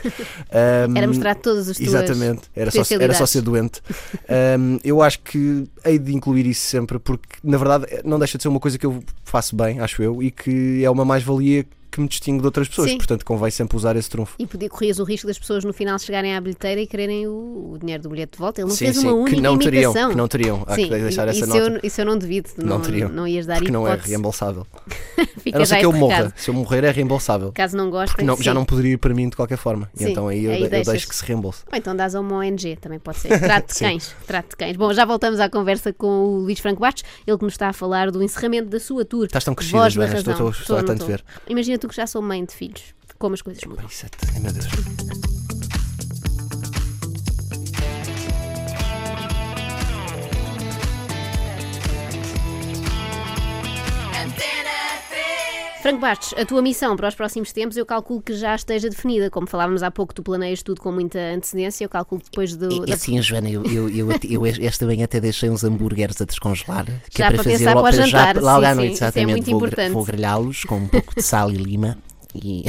[SPEAKER 3] Ahm,
[SPEAKER 2] Era mostrar todas as tuas.
[SPEAKER 3] Exatamente, era só, era só
[SPEAKER 2] potencialidades.
[SPEAKER 3] ser doente. Ahm, eu acho que hei de incluir isso sempre, porque na verdade eh, não deixa de ser uma coisa que eu faço bem, acho eu, e que é uma mais-valia que me distingue de outras pessoas,
[SPEAKER 2] Sim.
[SPEAKER 3] portanto convém sempre usar esse trunfo.
[SPEAKER 2] E podia, corrias o risco das pessoas no final chegarem à bilheteira e quererem o, o dinheiro do bilhete de volta. Ele não
[SPEAKER 3] sim,
[SPEAKER 2] fez
[SPEAKER 3] sim,
[SPEAKER 2] uma única
[SPEAKER 3] que não teriam,
[SPEAKER 2] imitação.
[SPEAKER 3] que não teriam, há
[SPEAKER 2] Sim,
[SPEAKER 3] que deixar essa
[SPEAKER 2] isso,
[SPEAKER 3] nota.
[SPEAKER 2] Eu, isso eu não devido. Não,
[SPEAKER 3] Não teriam,
[SPEAKER 2] não ias dar
[SPEAKER 3] Porque não é
[SPEAKER 2] hipótese.
[SPEAKER 3] reembolsável.
[SPEAKER 2] Fica
[SPEAKER 3] A não
[SPEAKER 2] já
[SPEAKER 3] ser que eu
[SPEAKER 2] esse
[SPEAKER 3] morra.
[SPEAKER 2] recado.
[SPEAKER 3] Se eu morrer, é reembolsável.
[SPEAKER 2] Caso não gostem.
[SPEAKER 3] Porque não- já
[SPEAKER 2] sim.
[SPEAKER 3] não poderia ir para mim de qualquer forma. E
[SPEAKER 2] Sim,
[SPEAKER 3] então aí eu,
[SPEAKER 2] aí
[SPEAKER 3] eu
[SPEAKER 2] deixas.
[SPEAKER 3] deixo que se reembolse.
[SPEAKER 2] Ou então dás a uma ONG, também pode ser. Trate de
[SPEAKER 3] Sim.
[SPEAKER 2] cães, trate de cães. Bom, já voltamos à conversa com o Luís Franco Bastos, ele que nos está a falar do encerramento da sua tour.
[SPEAKER 3] Estás tão crescida,
[SPEAKER 2] Voz da
[SPEAKER 3] Joana, estou-
[SPEAKER 2] Razão.
[SPEAKER 3] estou- estou a
[SPEAKER 2] não
[SPEAKER 3] tanto ver.
[SPEAKER 2] Imagina tu que já sou mãe de filhos, como as coisas mudam.
[SPEAKER 3] Isso é- meu Deus.
[SPEAKER 2] Franco Bastos, a tua missão para os próximos tempos eu calculo que já esteja definida. Como falávamos há pouco, tu planeias tudo com muita antecedência, eu calculo que depois do.
[SPEAKER 6] É, é
[SPEAKER 2] da-
[SPEAKER 3] assim,
[SPEAKER 6] sim, Joana, eu, eu, eu, eu esta manhã até deixei uns hambúrgueres a descongelar. Que
[SPEAKER 2] Já
[SPEAKER 6] é para,
[SPEAKER 2] para
[SPEAKER 6] fazer
[SPEAKER 2] pensar
[SPEAKER 6] logo,
[SPEAKER 2] para o
[SPEAKER 6] já
[SPEAKER 2] jantar,
[SPEAKER 6] logo
[SPEAKER 2] sim,
[SPEAKER 6] à
[SPEAKER 2] sim,
[SPEAKER 6] noite,
[SPEAKER 2] isso é
[SPEAKER 6] exatamente.
[SPEAKER 2] muito
[SPEAKER 6] vou gr-
[SPEAKER 2] importante.
[SPEAKER 6] vou grelhá-los com um pouco de sal e lima. E...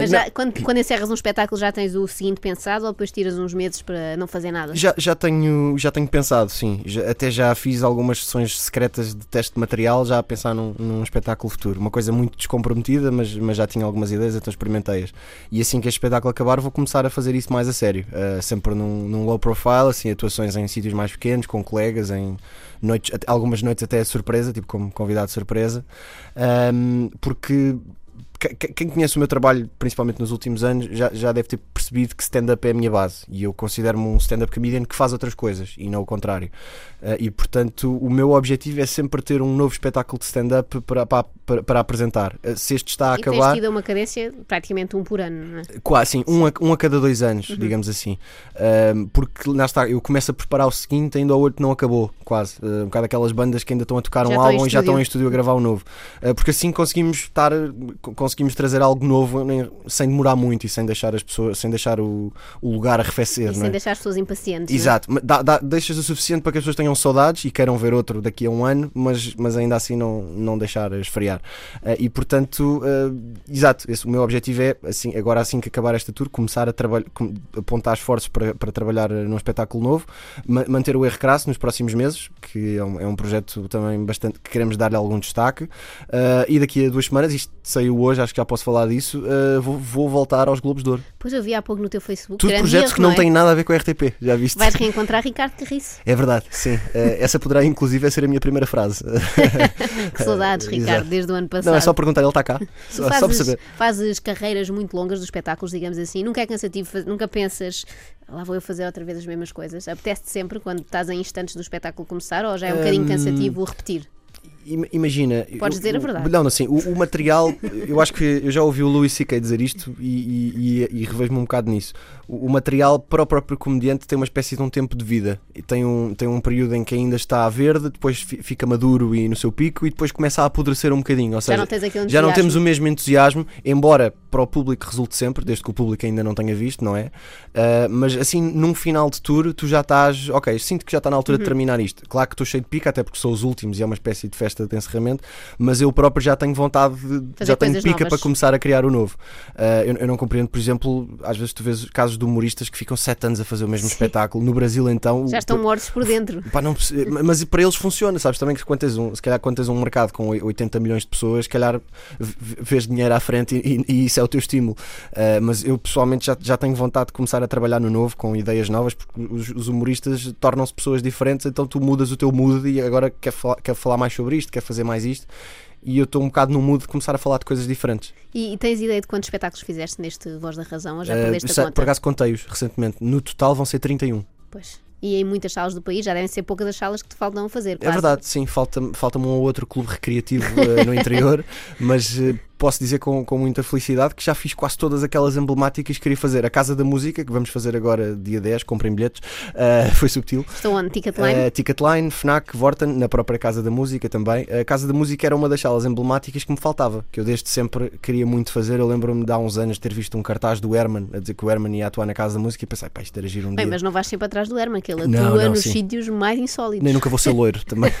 [SPEAKER 2] Mas já- quando, quando encerras um espetáculo já tens o seguinte pensado ou depois tiras uns meses para não fazer nada?
[SPEAKER 3] Já, já, tenho, já tenho pensado, sim. Já- até já fiz algumas sessões secretas de teste de material, já a pensar num, num espetáculo futuro. Uma coisa muito descomprometida, mas, mas já tinha algumas ideias, então experimentei-as. E assim que este espetáculo acabar, vou começar a fazer isso mais a sério. Ah, sempre num, num low profile, assim, atuações em sítios mais pequenos, com colegas, em noites, até- algumas noites até surpresa, tipo como convidado de surpresa. Ahm, porque que- que- quem conhece o meu trabalho, principalmente nos últimos anos, já, já deve ter percebido que stand-up é a minha base. E eu considero-me um stand-up comedian que faz outras coisas e não o contrário. Eh, e portanto, o meu objetivo é sempre ter um novo espetáculo de stand-up para, para, para- para apresentar. Eh, se este está a
[SPEAKER 2] e
[SPEAKER 3] acabar.
[SPEAKER 2] tens tido uma cadência praticamente um por ano, não é?
[SPEAKER 3] Quase, sim, um a, um a cada dois
[SPEAKER 2] Uhum.
[SPEAKER 3] anos, digamos assim. Ahm, porque lá está, eu começo a preparar o seguinte, ainda o outro não acabou, quase. Ah, um bocado aquelas bandas que ainda estão a tocar
[SPEAKER 2] Já
[SPEAKER 3] um
[SPEAKER 2] estão em
[SPEAKER 3] álbum e já
[SPEAKER 2] estúdio.
[SPEAKER 3] estão em estúdio a gravar um novo. Ah, porque assim conseguimos estar, co- conseguimos trazer algo novo nem- sem demorar muito e sem deixar as pessoas, sem deixar o, o lugar arrefecer,
[SPEAKER 2] E
[SPEAKER 3] não é?
[SPEAKER 2] sem deixar as pessoas impacientes. não é?
[SPEAKER 3] Exato, mas dá- dá- deixas o suficiente para que as pessoas tenham saudades e queiram ver outro daqui a um ano, mas, mas ainda assim não, não deixar esfriar. Eh, e portanto, eh, exato, esse, o meu objetivo é, assim, agora assim que acabar esta tour, começar a trabalhar, com- apontar esforços para, para trabalhar eh, num espetáculo novo, ma- manter o erro crasso nos próximos meses, que é um, é um projeto também bastante que queremos dar-lhe algum destaque. Eh, e daqui a duas semanas, isto saiu hoje, acho que já posso falar disso, eh, vou, vou voltar aos Globos de Ouro.
[SPEAKER 2] Depois eu vi há pouco no teu Facebook.
[SPEAKER 3] Tudo
[SPEAKER 2] grande
[SPEAKER 3] projetos
[SPEAKER 2] erro,
[SPEAKER 3] que não
[SPEAKER 2] é?
[SPEAKER 3] têm nada a ver com a RTP, já viste?
[SPEAKER 2] Vais reencontrar Ricardo Carriço.
[SPEAKER 3] É verdade, sim. Eh, essa poderá, inclusive, ser a minha primeira frase.
[SPEAKER 2] Que saudades,
[SPEAKER 3] Eh,
[SPEAKER 2] Ricardo,
[SPEAKER 3] exato.
[SPEAKER 2] desde o ano passado.
[SPEAKER 3] Não, é só perguntar, ele está cá.
[SPEAKER 2] Tu
[SPEAKER 3] Só, só para
[SPEAKER 2] fazes,
[SPEAKER 3] saber.
[SPEAKER 2] fazes carreiras muito longas dos espetáculos, digamos assim. Nunca é cansativo, faz- nunca pensas, lá vou eu fazer outra vez as mesmas coisas. Apetece-te sempre quando estás em instantes do espetáculo começar ou já é um bocadinho
[SPEAKER 3] Hum.
[SPEAKER 2] cansativo o repetir?
[SPEAKER 3] Ima- Imagina.
[SPEAKER 2] Podes
[SPEAKER 3] eu-
[SPEAKER 2] dizer a
[SPEAKER 3] o-
[SPEAKER 2] verdade.
[SPEAKER 3] Não, assim, o, o material, eu acho que eu já ouvi o Louis C.K. dizer isto e, e, e- e revejo-me um bocado nisso. O, o material para o próprio comediante tem uma espécie de um tempo de vida. E Tem um, tem um período em que ainda está a verde, depois fi- fica maduro e no seu pico e depois começa a apodrecer um bocadinho. Ou seja,
[SPEAKER 2] não tens aquele
[SPEAKER 3] já não
[SPEAKER 2] entusiasmo.
[SPEAKER 3] temos o mesmo entusiasmo, embora para o público resulte sempre, desde que o público ainda não tenha visto, não é? Ah, mas assim, num final de tour, tu já estás, ok, sinto que já está na
[SPEAKER 2] Uhum.
[SPEAKER 3] altura de terminar isto. Claro que estou cheio de pica, até porque sou os últimos e é uma espécie de festa de encerramento, mas eu próprio já tenho vontade de,
[SPEAKER 2] Fazer
[SPEAKER 3] já tenho
[SPEAKER 2] coisas
[SPEAKER 3] pica
[SPEAKER 2] novas.
[SPEAKER 3] para começar a criar o novo. Ah, eu, eu não compreendo, por exemplo, às vezes tu vês casos de humoristas que ficam sete anos a fazer o mesmo espetáculo. No Brasil, então, o-
[SPEAKER 2] Já estão mortos por dentro.
[SPEAKER 3] Pá, não perce- mas para eles funciona, sabes? Também que quando tens um, se calhar quando tens um mercado com oi- 80 milhões de pessoas, se calhar v- vês dinheiro à frente e, e- e isso é o teu estímulo. Ah, mas eu pessoalmente já, já tenho vontade de começar a trabalhar no novo, com ideias novas, porque os, os humoristas tornam-se pessoas diferentes, então tu mudas o teu mood e agora quer falar, quer falar mais sobre isto, quer fazer mais isto. E eu estou um bocado no mood de começar a falar de coisas diferentes.
[SPEAKER 2] E, e tens ideia de quantos espetáculos fizeste neste Voz da Razão ou já
[SPEAKER 3] Ah,
[SPEAKER 2] perdeste
[SPEAKER 3] sei-
[SPEAKER 2] a
[SPEAKER 3] por
[SPEAKER 2] conta?
[SPEAKER 3] acaso contei-os recentemente. No total vão ser 31.
[SPEAKER 2] Pois. E em muitas salas do país já devem ser poucas as salas que te faltam fazer.
[SPEAKER 3] É
[SPEAKER 2] quase.
[SPEAKER 3] verdade, sim, falta-me falta um ou outro clube recreativo eh, no interior, mas eh, posso dizer com, com muita felicidade que já fiz quase todas aquelas emblemáticas que queria fazer. A Casa da Música, que vamos fazer agora dia 10, comprem bilhetes, eh, foi subtil.
[SPEAKER 2] Estão onde? Ticketline?
[SPEAKER 3] Eh, Ticketline, Fnac, Vorten, na própria Casa da Música também. A Casa da Música era uma das salas emblemáticas que me faltava, que eu desde sempre queria muito fazer. Eu lembro-me de há uns anos ter visto um cartaz do Herman a dizer que o Herman ia atuar na Casa da Música e pensei, pá, isto era giro um
[SPEAKER 2] Bem,
[SPEAKER 3] dia.
[SPEAKER 2] mas não vais sempre atrás do Herman, que ele
[SPEAKER 3] Não,
[SPEAKER 2] atua
[SPEAKER 3] não,
[SPEAKER 2] nos
[SPEAKER 3] sim.
[SPEAKER 2] sítios mais insólitos.
[SPEAKER 3] Nem nunca vou ser loiro também.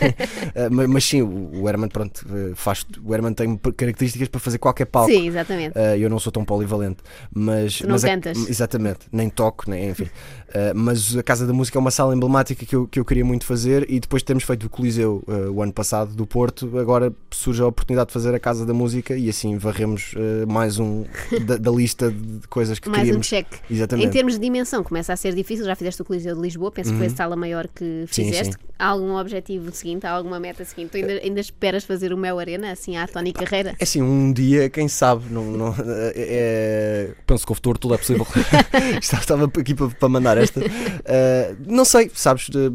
[SPEAKER 3] Eh, mas, mas sim, o o Herman, pronto, eh, faz, o Herman tem p- características para fazer qualquer palco.
[SPEAKER 2] Sim, exatamente.
[SPEAKER 3] Eh, eu não sou tão polivalente, mas.
[SPEAKER 2] não
[SPEAKER 3] mas a-
[SPEAKER 2] cantas.
[SPEAKER 3] exatamente, nem toco, nem, enfim. Eh, mas a Casa da Música é uma sala emblemática que eu, que eu queria muito fazer e depois temos feito o Coliseu eh, o ano passado do Porto. Agora surge a oportunidade de fazer a Casa da Música e assim varremos eh, mais um da, da lista de coisas que
[SPEAKER 2] mais um
[SPEAKER 3] queríamos.
[SPEAKER 2] cheque. Em
[SPEAKER 3] Exatamente.
[SPEAKER 2] termos de dimensão, começa a ser difícil. Já fizeste o Coliseu de Lisboa, penso que foi a sala maior que
[SPEAKER 3] Uhum. Sim,
[SPEAKER 2] fizeste.
[SPEAKER 3] sim.
[SPEAKER 2] Há algum objetivo seguinte? Há alguma meta seguinte? Tu ainda, ainda esperas fazer o Mel Arena, assim, à Tony Carreira?
[SPEAKER 3] É assim, um dia, quem sabe, não, não- é- é- penso que o futuro tudo é possível. estava, estava aqui para, para mandar esta. Eh, não sei, sabes, de-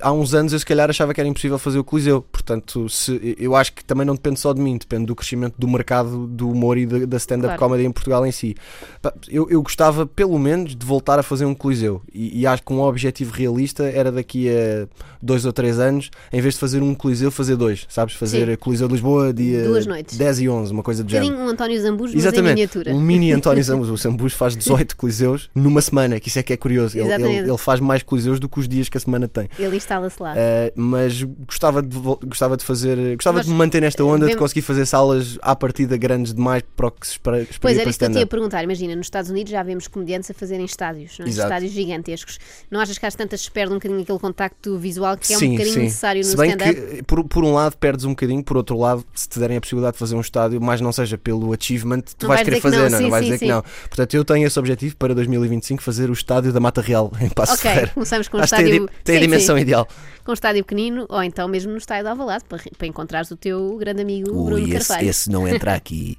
[SPEAKER 3] há uns anos eu se calhar achava que era impossível fazer o Coliseu, portanto, se, eu acho que também não depende só de mim, depende do crescimento do mercado do humor e da, da stand-up
[SPEAKER 2] Claro.
[SPEAKER 3] comedy em Portugal em si. Pá, Eu, eu gostava, pelo menos, de voltar a fazer um Coliseu e, e acho que um objetivo realista era daqui a dois ou três anos, em vez de fazer um Coliseu, fazer dois, sabes? Fazer
[SPEAKER 2] Sim.
[SPEAKER 3] Coliseu de Lisboa, dia
[SPEAKER 2] Duas noites.
[SPEAKER 3] 10 e 11, uma coisa do
[SPEAKER 2] Um
[SPEAKER 3] género.
[SPEAKER 2] bocadinho um António Zambujo, mas em
[SPEAKER 3] Exatamente,
[SPEAKER 2] miniatura.
[SPEAKER 3] um mini António Zambujo. O Zambujo faz 18 coliseus numa semana, que isso é que é curioso. Ele, ele-
[SPEAKER 2] Exatamente. Ah.
[SPEAKER 3] ele faz mais coliseus do que os dias que a semana tem.
[SPEAKER 2] Ele ele instala-se lá.
[SPEAKER 3] Uh, mas gostava de, vol- gostava de fazer, gostava
[SPEAKER 2] Mas, eh,
[SPEAKER 3] de me manter nesta onda de
[SPEAKER 2] vem-
[SPEAKER 3] conseguir fazer salas à partida grandes demais para o que se espera,
[SPEAKER 2] Pois
[SPEAKER 3] esperaria para
[SPEAKER 2] era isto que eu te ia
[SPEAKER 3] stand-up.
[SPEAKER 2] perguntar. Imagina, nos Estados Unidos já vemos comediantes a fazerem estádios, não é?
[SPEAKER 3] Exato.
[SPEAKER 2] estádios gigantescos. Não achas que às tantas se perde um bocadinho aquele contacto visual que é
[SPEAKER 3] sim,
[SPEAKER 2] um bocadinho
[SPEAKER 3] sim.
[SPEAKER 2] necessário no
[SPEAKER 3] Se bem
[SPEAKER 2] stand-up?
[SPEAKER 3] que, por, por um lado, perdes um bocadinho, por outro lado, se te derem a possibilidade de fazer um estádio, mas não seja pelo achievement, tu
[SPEAKER 2] Não
[SPEAKER 3] vais
[SPEAKER 2] vais
[SPEAKER 3] querer
[SPEAKER 2] dizer que
[SPEAKER 3] fazer,
[SPEAKER 2] não,
[SPEAKER 3] não, é?
[SPEAKER 2] sim,
[SPEAKER 3] não vais
[SPEAKER 2] sim,
[SPEAKER 3] dizer que
[SPEAKER 2] sim.
[SPEAKER 3] não. Portanto, eu tenho esse objetivo para 2025 fazer o estádio da Mata Real em Passo
[SPEAKER 2] Ok,
[SPEAKER 3] Ferreira.
[SPEAKER 2] começamos com um
[SPEAKER 3] Acho que tem, a
[SPEAKER 2] estádio.
[SPEAKER 3] di- tem a
[SPEAKER 2] Sim,
[SPEAKER 3] dimensão
[SPEAKER 2] sim.
[SPEAKER 3] ideal.
[SPEAKER 2] Com um estádio pequenino, ou então mesmo no estádio de Alvalade, para, para encontrares o teu grande amigo Bruno
[SPEAKER 6] Ui, esse,
[SPEAKER 2] Carvalho.
[SPEAKER 6] esse não entra aqui.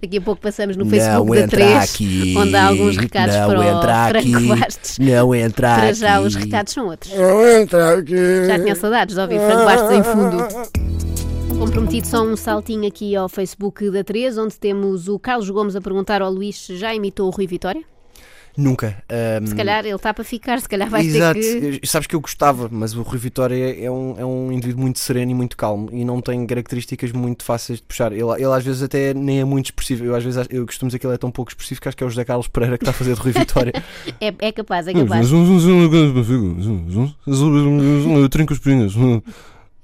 [SPEAKER 2] Daqui a pouco passamos no
[SPEAKER 6] não
[SPEAKER 2] Facebook da
[SPEAKER 6] entra
[SPEAKER 2] 3,
[SPEAKER 6] aqui.
[SPEAKER 2] onde há alguns recados
[SPEAKER 6] não
[SPEAKER 2] para o
[SPEAKER 6] entra
[SPEAKER 2] Franco
[SPEAKER 6] aqui.
[SPEAKER 2] Bastos.
[SPEAKER 6] Não entra
[SPEAKER 2] Para
[SPEAKER 6] aqui.
[SPEAKER 2] já os recados são outros.
[SPEAKER 4] Não entra aqui.
[SPEAKER 2] Já tinha saudades de ouvir Franco Bastos em fundo. Comprometido só um saltinho aqui ao Facebook da 3, onde temos o Carlos Gomes a perguntar ao Luís se já imitou o Rui Vitória.
[SPEAKER 3] Nunca. Ahm,
[SPEAKER 6] Hum.
[SPEAKER 2] Se calhar ele está para ficar, se calhar vai
[SPEAKER 3] Exato.
[SPEAKER 2] ter que.
[SPEAKER 3] Eu- Sabes que eu gostava, mas o Rui Vitória é um, é um indivíduo muito sereno e muito calmo e não tem características muito fáceis de puxar. Ele, ele às vezes até nem é muito expressivo. Eu às vezes acho- eu costumo dizer que ele é tão pouco expressivo que acho que é o José Carlos Pereira que está a fazer de Rui Vitória.
[SPEAKER 2] É, é capaz, é capaz.
[SPEAKER 5] Eu trinco os pinhas.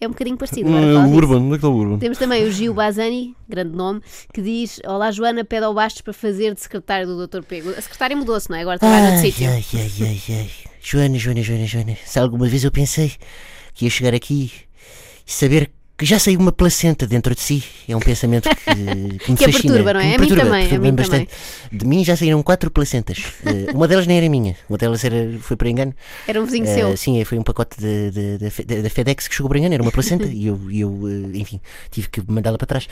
[SPEAKER 2] É um bocadinho parecido. agora que
[SPEAKER 5] O
[SPEAKER 2] falas nisso.
[SPEAKER 5] Urban, onde é que está o Urban?
[SPEAKER 2] Temos também o Gil Bazani, grande nome, que diz: Olá Joana, pede ao Bastos para fazer de secretário do Dr. Pego. A secretária mudou-se, não é? Agora trabalha noutro
[SPEAKER 6] Ai,
[SPEAKER 2] sítio.
[SPEAKER 6] ai, ai, ai, ai. Joana, Joana, Joana, Joana. Se alguma vez eu pensei que ia chegar aqui e saber que já saiu uma placenta dentro de si, é um pensamento que, que me
[SPEAKER 2] Que a
[SPEAKER 6] fascina.
[SPEAKER 2] perturba, não é?
[SPEAKER 6] que me
[SPEAKER 2] A mim
[SPEAKER 6] perturba,
[SPEAKER 2] também, a
[SPEAKER 6] perturba-me
[SPEAKER 2] mim
[SPEAKER 6] bastante. De mim já saíram quatro placentas. Eh, uma delas nem era minha, uma delas era, foi por engano.
[SPEAKER 2] Era um vizinho
[SPEAKER 6] Eh,
[SPEAKER 2] seu.
[SPEAKER 6] sim, foi um pacote de- de- da Fe- da FedEx que chegou por engano, era uma placenta e eu, e eu, eh, enfim, tive que mandá-la para trás.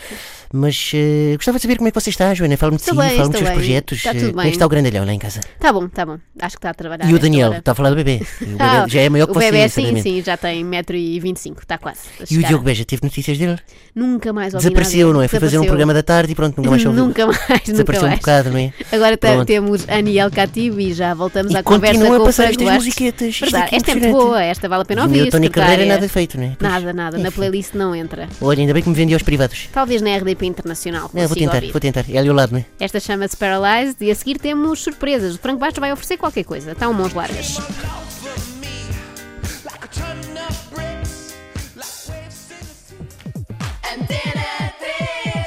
[SPEAKER 6] Mas eh, gostava de saber como é que você está, Joana. Fala-me de si,
[SPEAKER 2] Estou bem,
[SPEAKER 6] fala-me dos
[SPEAKER 2] estou
[SPEAKER 6] seus
[SPEAKER 2] bem.
[SPEAKER 6] projetos.
[SPEAKER 2] Está
[SPEAKER 6] eh,
[SPEAKER 2] tudo
[SPEAKER 6] como é
[SPEAKER 2] bem.
[SPEAKER 6] que está o grandalhão lá em casa?
[SPEAKER 2] Tá bom, tá bom. Acho que está a trabalhar.
[SPEAKER 6] E o
[SPEAKER 2] esta
[SPEAKER 6] Daniel,
[SPEAKER 2] hora.
[SPEAKER 6] está a falar do bebê. O bebê
[SPEAKER 2] Ah,
[SPEAKER 6] já é maior que
[SPEAKER 2] o
[SPEAKER 6] você,
[SPEAKER 2] bebê, sim,
[SPEAKER 6] certamente.
[SPEAKER 2] sim, já tem 1,25m, está tá quase. a
[SPEAKER 6] E o
[SPEAKER 2] chegar.
[SPEAKER 6] Diogo Beja, teve notícias dele?
[SPEAKER 2] Nunca mais ouvi
[SPEAKER 6] Desapareceu,
[SPEAKER 2] nada
[SPEAKER 6] não é? Foi fazer um
[SPEAKER 2] Desapareceu.
[SPEAKER 6] programa da tarde e pronto, nunca mais soube.
[SPEAKER 2] Nunca mais, nunca
[SPEAKER 6] Desapareceu um
[SPEAKER 2] mais.
[SPEAKER 6] bocado, não é?
[SPEAKER 2] Agora tá-
[SPEAKER 6] Pronto.
[SPEAKER 2] temos Aniel Cativo e já voltamos
[SPEAKER 6] E
[SPEAKER 2] à conversa
[SPEAKER 6] continua
[SPEAKER 2] com
[SPEAKER 6] a
[SPEAKER 2] o
[SPEAKER 6] passar
[SPEAKER 2] Franco
[SPEAKER 6] estas
[SPEAKER 2] Bastos.
[SPEAKER 6] musiquetas. Isto
[SPEAKER 2] Verdade,
[SPEAKER 6] é que
[SPEAKER 2] esta é muito
[SPEAKER 6] impressionante.
[SPEAKER 2] boa, esta vale a pena
[SPEAKER 6] E o
[SPEAKER 2] ouvir.
[SPEAKER 6] meu Tony Carreira
[SPEAKER 2] secretária.
[SPEAKER 6] nada feito, não é? Pois.
[SPEAKER 2] Nada, nada. Na
[SPEAKER 6] Enfim.
[SPEAKER 2] playlist não entra.
[SPEAKER 6] Olha, ainda bem que me vendi aos privados.
[SPEAKER 2] Talvez na RDP Internacional
[SPEAKER 6] Não,
[SPEAKER 2] consiga
[SPEAKER 6] vou tentar,
[SPEAKER 2] ouvir.
[SPEAKER 6] vou tentar. É ali ao lado, não é?
[SPEAKER 2] Esta chama-se Paralyzed e a seguir temos surpresas. O Franco Bastos vai oferecer qualquer coisa. Estão mãos largas.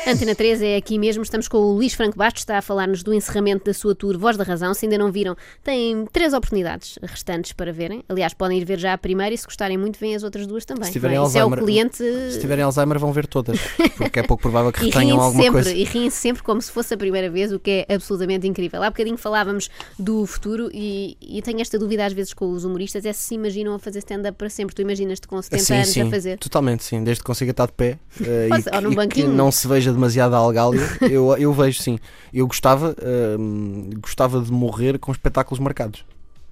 [SPEAKER 2] Antena 3 é aqui mesmo, estamos com o Luís Franco Bastos, está a falar-nos do encerramento da sua tour Voz da Razão. Se ainda não viram, têm três oportunidades restantes para verem. Aliás, podem ir ver já a primeira e se gostarem muito, veem as outras duas também.
[SPEAKER 3] Se tiverem
[SPEAKER 2] não é? Isso é o
[SPEAKER 3] Alzheimer-
[SPEAKER 2] cliente
[SPEAKER 3] Se tiverem Alzheimer, vão ver todas, porque é pouco provável que
[SPEAKER 2] e
[SPEAKER 3] retenham
[SPEAKER 2] riem-se
[SPEAKER 3] alguma
[SPEAKER 2] sempre,
[SPEAKER 3] coisa.
[SPEAKER 2] e riem-se sempre como se fosse a primeira vez, o que é absolutamente incrível. Há bocadinho falávamos do futuro e, e tenho esta dúvida às vezes com os humoristas, é se se imaginam a fazer stand-up para sempre. Tu imaginas-te com 70
[SPEAKER 3] Sim,
[SPEAKER 2] anos a
[SPEAKER 3] sim,
[SPEAKER 2] fazer.
[SPEAKER 3] totalmente sim, desde que consiga estar de pé eh,
[SPEAKER 2] Ou se-
[SPEAKER 3] e,
[SPEAKER 2] ou num
[SPEAKER 3] que- e que
[SPEAKER 2] banquinho.
[SPEAKER 3] não se veja demasiado a algália, eu, eu vejo sim. Eu gostava, ehm, gostava de morrer com espetáculos marcados.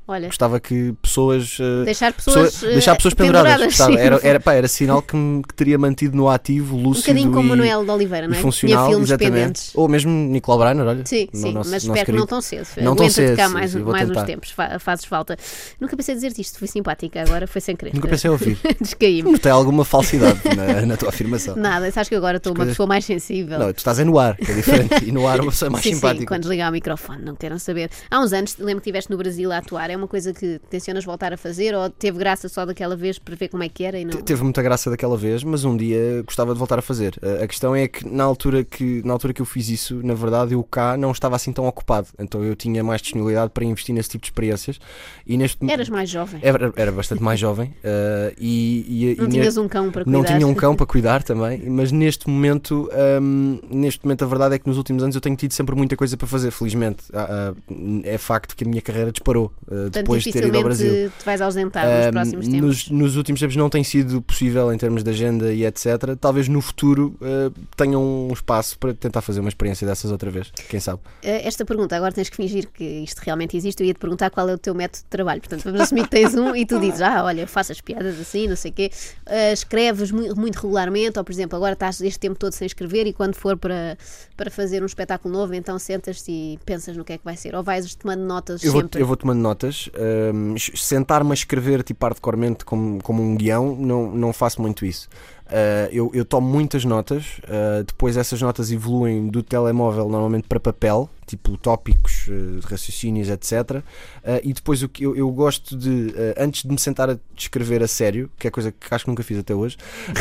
[SPEAKER 2] Olha,
[SPEAKER 3] Gostava que pessoas eh,
[SPEAKER 2] deixar
[SPEAKER 3] Pessoa-
[SPEAKER 2] pessoas, eh,
[SPEAKER 3] deixar pessoas penduradas. gostava.
[SPEAKER 2] sim.
[SPEAKER 3] era, era, pá, era sinal que, me- que teria mantido no ativo,
[SPEAKER 2] um
[SPEAKER 3] lúcido
[SPEAKER 2] bocadinho
[SPEAKER 3] e,
[SPEAKER 2] como Manuel de Oliveira,
[SPEAKER 3] e
[SPEAKER 2] não é? Tinha
[SPEAKER 3] funcional.
[SPEAKER 2] filmes
[SPEAKER 3] exatamente.
[SPEAKER 2] pendentes.
[SPEAKER 3] Ou mesmo Nicolau Brainer, olha.
[SPEAKER 2] Sim,
[SPEAKER 3] no
[SPEAKER 2] sim,
[SPEAKER 3] nosso-
[SPEAKER 2] mas
[SPEAKER 3] nosso
[SPEAKER 2] espero que não
[SPEAKER 3] querido.
[SPEAKER 2] tão cedo.
[SPEAKER 3] Não tão
[SPEAKER 2] Aguenta-te
[SPEAKER 3] cedo,
[SPEAKER 2] cá
[SPEAKER 3] sim,
[SPEAKER 2] mais, um-
[SPEAKER 3] sim, vou
[SPEAKER 2] mais uns
[SPEAKER 3] tentar.
[SPEAKER 2] tempos, fa- fazes falta. Nunca pensei dizer-te isto, fui simpática agora, foi sem querer.
[SPEAKER 3] Nunca pensei ouvir.
[SPEAKER 2] Descaí-me.
[SPEAKER 3] Mas tem alguma falsidade na, na tua afirmação.
[SPEAKER 2] Nada, sabes que agora estou uma
[SPEAKER 3] coisas-
[SPEAKER 2] pessoa mais sensível.
[SPEAKER 3] Não, tu estás aí no ar, que é diferente. E no ar uma pessoa é mais
[SPEAKER 2] sim,
[SPEAKER 3] simpática.
[SPEAKER 2] Sim, quando desligar o microfone, não queiram saber. Há uns anos, lembro que estiveste no Brasil a atuar, é uma coisa que tencionas voltar a fazer ou teve graça só daquela vez para ver como é que era e não.
[SPEAKER 3] Te- Teve muita graça daquela vez, mas um dia gostava de voltar a fazer. A- A questão é que na altura que, na altura que eu fiz isso, na verdade eu cá não estava assim tão ocupado. Então eu tinha mais disponibilidade para investir nesse tipo de experiências. E neste
[SPEAKER 2] Eras mais jovem.
[SPEAKER 3] Era, era bastante mais jovem eh, e, e-
[SPEAKER 2] Não
[SPEAKER 3] é, e ne-
[SPEAKER 2] tinhas um cão para cuidar.
[SPEAKER 3] não tinha um cão para cuidar também, mas neste momento, hum, neste momento a verdade é que nos últimos anos eu tenho tido sempre muita coisa para fazer, felizmente. Ah, ah, é facto que a minha carreira disparou ah,
[SPEAKER 2] Portanto,
[SPEAKER 3] depois de ter ido ao Brasil.
[SPEAKER 2] dificilmente te vais ausentar nos
[SPEAKER 3] Ahm,
[SPEAKER 2] próximos tempos.
[SPEAKER 3] nos, nos últimos tempos não tem sido possível em termos de agenda e etc. Talvez no futuro ah, tenha um espaço para tentar fazer uma experiência dessas outra vez, quem sabe.
[SPEAKER 2] Eh, Esta pergunta, agora tens que fingir que isto realmente existe. Eu ia te perguntar qual é o teu método de trabalho. Portanto, vamos assumir que tens um e tu dizes: Ah, olha, eu faço as piadas assim, não sei o quê. Eh, escreves mu- muito regularmente, ou por exemplo, agora estás este tempo todo sem escrever e quando for para, para fazer um espetáculo novo, então sentas-te e pensas no que é que vai ser. Ou vais tomando notas
[SPEAKER 3] Eu vou,
[SPEAKER 2] sempre.
[SPEAKER 3] eu vou tomando notas. hum, s- Sentar-me a escrever tipo hardcoremente como, como um guião, não, não faço muito isso. Ah, eu, eu tomo muitas notas, ah, depois essas notas evoluem do telemóvel normalmente para papel, tipo tópicos, ah, raciocínios, etc. Ah, e depois o que eu, eu gosto de, ah, antes de me sentar a escrever a sério, que é coisa que acho que nunca fiz até hoje, ah,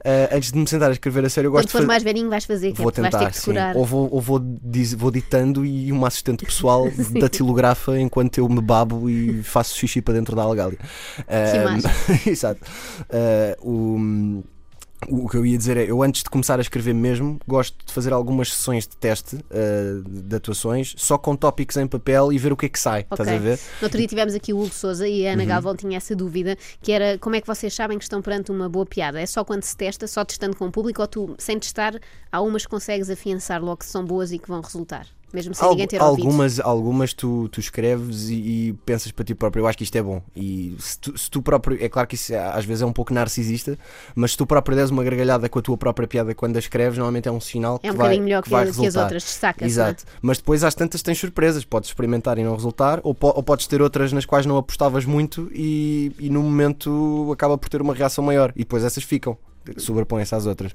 [SPEAKER 3] ah, antes de me sentar a escrever a sério, eu gosto
[SPEAKER 2] Quando
[SPEAKER 3] de
[SPEAKER 2] for
[SPEAKER 3] fazer-
[SPEAKER 2] mais velhinho, vais fazer, que
[SPEAKER 3] Vou
[SPEAKER 2] é porque vais
[SPEAKER 3] tentar,
[SPEAKER 2] ter que
[SPEAKER 3] sim.
[SPEAKER 2] segurar.
[SPEAKER 3] Ou, vou, ou vou, diz- vou ditando e uma assistente pessoal datilografa enquanto eu me babo e faço xixi para dentro da algália. Ah, Exato. Ah, o, o que eu ia dizer é, eu antes de começar a escrever mesmo, gosto de fazer algumas sessões de teste ah, de atuações, só com tópicos em papel e ver o que é que sai.
[SPEAKER 2] Ok.
[SPEAKER 3] Estás a ver? Uhum.
[SPEAKER 2] No outro dia tivemos aqui o Hugo Souza e a Ana Galvão tinha essa dúvida, que era como é que vocês sabem que estão perante uma boa piada? É só quando se testa, só testando com o público, ou tu, sem testar, há umas que consegues afiançar logo que são boas e que vão resultar, mesmo sem
[SPEAKER 3] Al-
[SPEAKER 2] ninguém ter ouvido.
[SPEAKER 3] algumas algumas tu, tu escreves e, e pensas para ti próprio, eu acho que isto é bom. E se tu, se tu próprio, é claro que isso é- às vezes é um pouco narcisista, mas se tu próprio des uma gargalhada com a tua própria piada quando a escreves, normalmente é um sinal que
[SPEAKER 2] É um
[SPEAKER 3] vai,
[SPEAKER 2] bocadinho melhor que,
[SPEAKER 3] vai
[SPEAKER 2] que as
[SPEAKER 3] resultar.
[SPEAKER 2] outras, é? destaca
[SPEAKER 3] Exato, mas depois às tantas tens surpresas, podes experimentar e não resultar, ou, po- ou podes ter outras nas quais não apostavas muito e, e no momento acaba por ter uma reação maior, e depois essas ficam, sobrepõem-se às outras.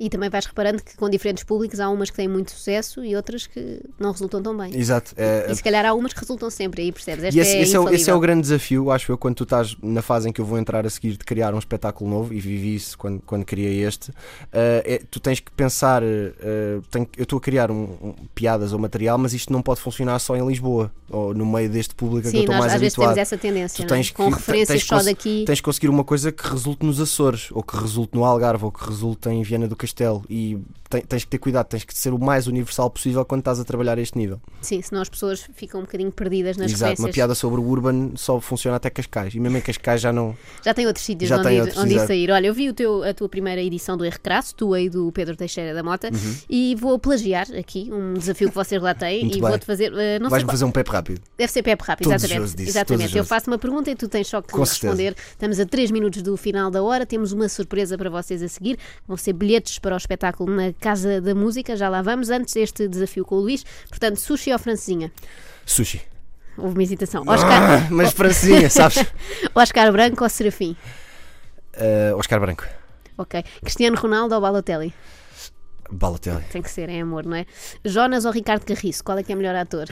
[SPEAKER 2] E também vais reparando que com diferentes públicos há umas que têm muito sucesso e outras que não resultam tão bem.
[SPEAKER 3] Exato, é,
[SPEAKER 2] E se calhar há umas que resultam sempre, aí percebes? Esta
[SPEAKER 3] E esse,
[SPEAKER 2] é
[SPEAKER 3] esse é o, esse é
[SPEAKER 2] infalível.
[SPEAKER 3] o grande desafio, acho eu, quando tu estás na fase em que eu vou entrar a seguir de criar um espetáculo novo, e vivi isso quando, quando criei este, eh, é- tu tens que pensar, eh, tenho- eu estou a criar um, um- piadas ou material, mas isto não pode funcionar só em Lisboa, ou no meio deste público a que eu
[SPEAKER 2] Sim,
[SPEAKER 3] estou
[SPEAKER 2] nós às
[SPEAKER 3] mais
[SPEAKER 2] vezes temos
[SPEAKER 3] habituado.
[SPEAKER 2] essa tendência,
[SPEAKER 3] Tu
[SPEAKER 2] não é?
[SPEAKER 3] tens
[SPEAKER 2] com
[SPEAKER 3] que-
[SPEAKER 2] referências
[SPEAKER 3] tens que
[SPEAKER 2] só
[SPEAKER 3] cons-
[SPEAKER 2] daqui.
[SPEAKER 3] Tens de conseguir uma coisa que resulte nos Açores, ou que resulte no Algarve, ou que resulte em Viana do Castelo, e te- tens que ter cuidado, tens que ser o mais universal possível quando estás a trabalhar a este nível.
[SPEAKER 2] Sim, senão as pessoas ficam um bocadinho perdidas nas
[SPEAKER 3] Exato, uma
[SPEAKER 2] referências.
[SPEAKER 3] piada sobre o Urban só funciona até Cascais. E mesmo em Cascais já não.
[SPEAKER 2] Já tem outros sítios
[SPEAKER 3] Já
[SPEAKER 2] onde,
[SPEAKER 3] tem
[SPEAKER 2] ir,
[SPEAKER 3] outros,
[SPEAKER 2] onde ir
[SPEAKER 3] exato.
[SPEAKER 2] sair. Olha, eu vi o teu- a tua primeira edição do Recrasso, tu aí do Pedro Teixeira da Mota, e vou plagiar aqui um desafio que vocês lá têm
[SPEAKER 3] Uhum. Muito
[SPEAKER 2] e
[SPEAKER 3] bem.
[SPEAKER 2] vou-te fazer. eh, não sei
[SPEAKER 3] Vais-me
[SPEAKER 2] qual-
[SPEAKER 3] fazer um PEP rápido.
[SPEAKER 2] Deve ser Pepe Rápido,
[SPEAKER 3] Todo
[SPEAKER 2] exatamente.
[SPEAKER 3] justo disso, todo
[SPEAKER 2] exatamente.
[SPEAKER 3] justo.
[SPEAKER 2] Eu faço uma pergunta e tu tens só que
[SPEAKER 3] Com
[SPEAKER 2] responder. Estamos a 3 minutos do final da hora, temos uma surpresa para vocês a seguir. Vão ser bilhetes para o espetáculo na Casa da Música, já lá vamos, antes deste desafio com o Luís. Portanto, sushi ou francesinha?
[SPEAKER 3] Sushi. Ah,
[SPEAKER 2] Houve uma hesitação. Oscar,
[SPEAKER 3] Mas francinha, sabes?
[SPEAKER 2] Oscar Branco ou Serafim?
[SPEAKER 3] Eh, Oscar Branco.
[SPEAKER 2] Ok. Cristiano Ronaldo ou Balotelli?
[SPEAKER 3] Balotelli.
[SPEAKER 2] Tem que ser, é amor, não é? Jonas ou Ricardo Carriço? Qual é que é melhor ator?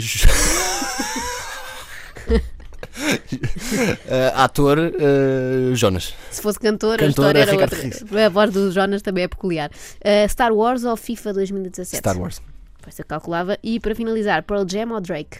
[SPEAKER 3] Eh, ator eh, Jonas.
[SPEAKER 2] Se fosse cantor, a
[SPEAKER 3] Cantor
[SPEAKER 2] história
[SPEAKER 3] é
[SPEAKER 2] era
[SPEAKER 3] Ricardo
[SPEAKER 2] outra. A voz do Jonas também é peculiar. Uh, Star Wars ou FIFA 2017?
[SPEAKER 3] Star Wars.
[SPEAKER 2] Pois eu calculava. E para finalizar, Pearl Jam ou Drake?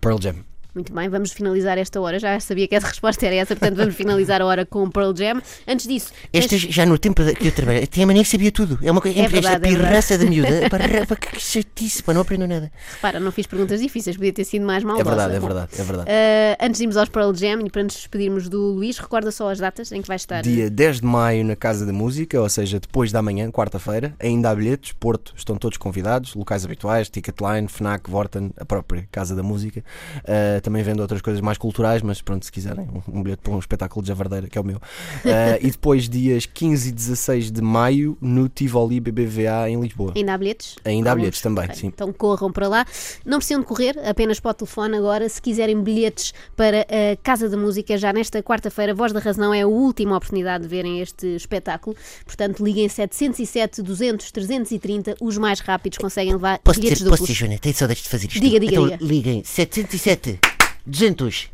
[SPEAKER 3] Pearl Jam. É
[SPEAKER 2] Muito bem, vamos finalizar esta hora. Já sabia que a resposta era essa, portanto vamos finalizar a hora com Pearl Jam. Antes disso, tens-
[SPEAKER 6] Estas, já no tempo da- que eu trabalho, tinha a mania que sabia tudo. É uma coisa,
[SPEAKER 2] É
[SPEAKER 6] esta
[SPEAKER 2] verdade, é
[SPEAKER 6] pirraça da miúda, parra- pá, que chatice, pá, não aprendo nada.
[SPEAKER 2] repara, não fiz perguntas difíceis, podia ter sido mais
[SPEAKER 3] É
[SPEAKER 2] maldosa.
[SPEAKER 3] verdade, é
[SPEAKER 2] Bom,
[SPEAKER 3] verdade, é verdade.
[SPEAKER 2] uh, antes de irmos aos Pearl Jam e para nos despedirmos do Luís, recorda só as datas em que vai estar.
[SPEAKER 3] Dia 10 de maio na Casa da Música, ou seja, depois da manhã, quarta-feira, ainda há bilhetes, Porto, estão todos convidados, locais habituais, Ticketline, Fnac, Vorten, a própria Casa da Música. Eh, também vendo outras coisas mais culturais, mas pronto, se quiserem, um, um bilhete para um espetáculo de Javardeira, que é o meu. Eh, e depois, dias 15 e 16 de maio, no Tivoli BBVA em Lisboa.
[SPEAKER 2] Ainda há bilhetes?
[SPEAKER 3] Ainda há
[SPEAKER 2] Alguns?
[SPEAKER 3] bilhetes também,
[SPEAKER 2] Ok,
[SPEAKER 3] sim.
[SPEAKER 2] Então corram para lá. Não precisam de correr, apenas para o telefone agora. Se quiserem bilhetes para a Casa da Música, já nesta quarta-feira, Voz da Razão é a última oportunidade de verem este espetáculo. Portanto, liguem 707, 200, 330. Os mais rápidos conseguem levar
[SPEAKER 6] Posso
[SPEAKER 2] bilhetes
[SPEAKER 6] dizer, posso
[SPEAKER 2] duplos.
[SPEAKER 6] dizer, Joana, tenho saudades de fazer isto.
[SPEAKER 2] Diga, diga,
[SPEAKER 6] então,
[SPEAKER 2] diga.
[SPEAKER 6] liguem 707 200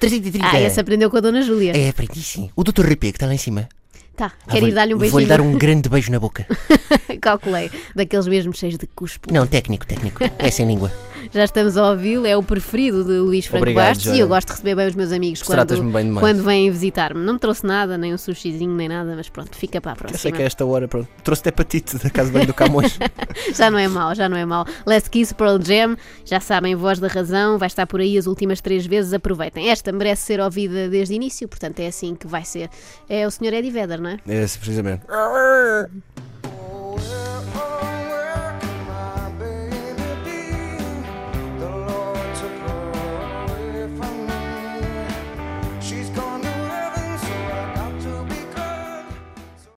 [SPEAKER 6] 330.
[SPEAKER 2] ah, essa aprendeu com a Dona Júlia.
[SPEAKER 6] É, aprendi sim. O Dr. Ripé, que está lá em cima.
[SPEAKER 2] Tá,
[SPEAKER 6] Ah,
[SPEAKER 2] quero
[SPEAKER 6] vou-
[SPEAKER 2] ir dar-lhe um beijinho.
[SPEAKER 6] Vou-lhe dar um grande beijo na boca.
[SPEAKER 2] Calculei. Daqueles mesmos cheios de cuspo.
[SPEAKER 6] Não, técnico, técnico. É sem língua.
[SPEAKER 2] Já estamos a ouvi-lo, é o preferido de Luís Franco
[SPEAKER 3] Obrigado,
[SPEAKER 2] Bastos e
[SPEAKER 3] Joana.
[SPEAKER 2] eu gosto de receber bem os meus amigos quando,
[SPEAKER 3] tratas-me bem demais.
[SPEAKER 2] quando vêm visitar-me. Não me trouxe nada, nem um sushizinho, nem nada, mas pronto, fica para a
[SPEAKER 3] Eu sei
[SPEAKER 2] próxima.
[SPEAKER 3] que é esta hora, pronto. Trouxe até patite da Casa Bem do Camões.
[SPEAKER 2] Já não é mau, já não é mau. Let's Kiss Pearl Jam, já sabem, voz da razão, vai estar por aí as últimas três vezes, aproveitem. Esta merece ser ouvida desde o início, portanto é assim que vai ser. É o Sr. Eddie Vedder, não é?
[SPEAKER 3] Esse, precisamente.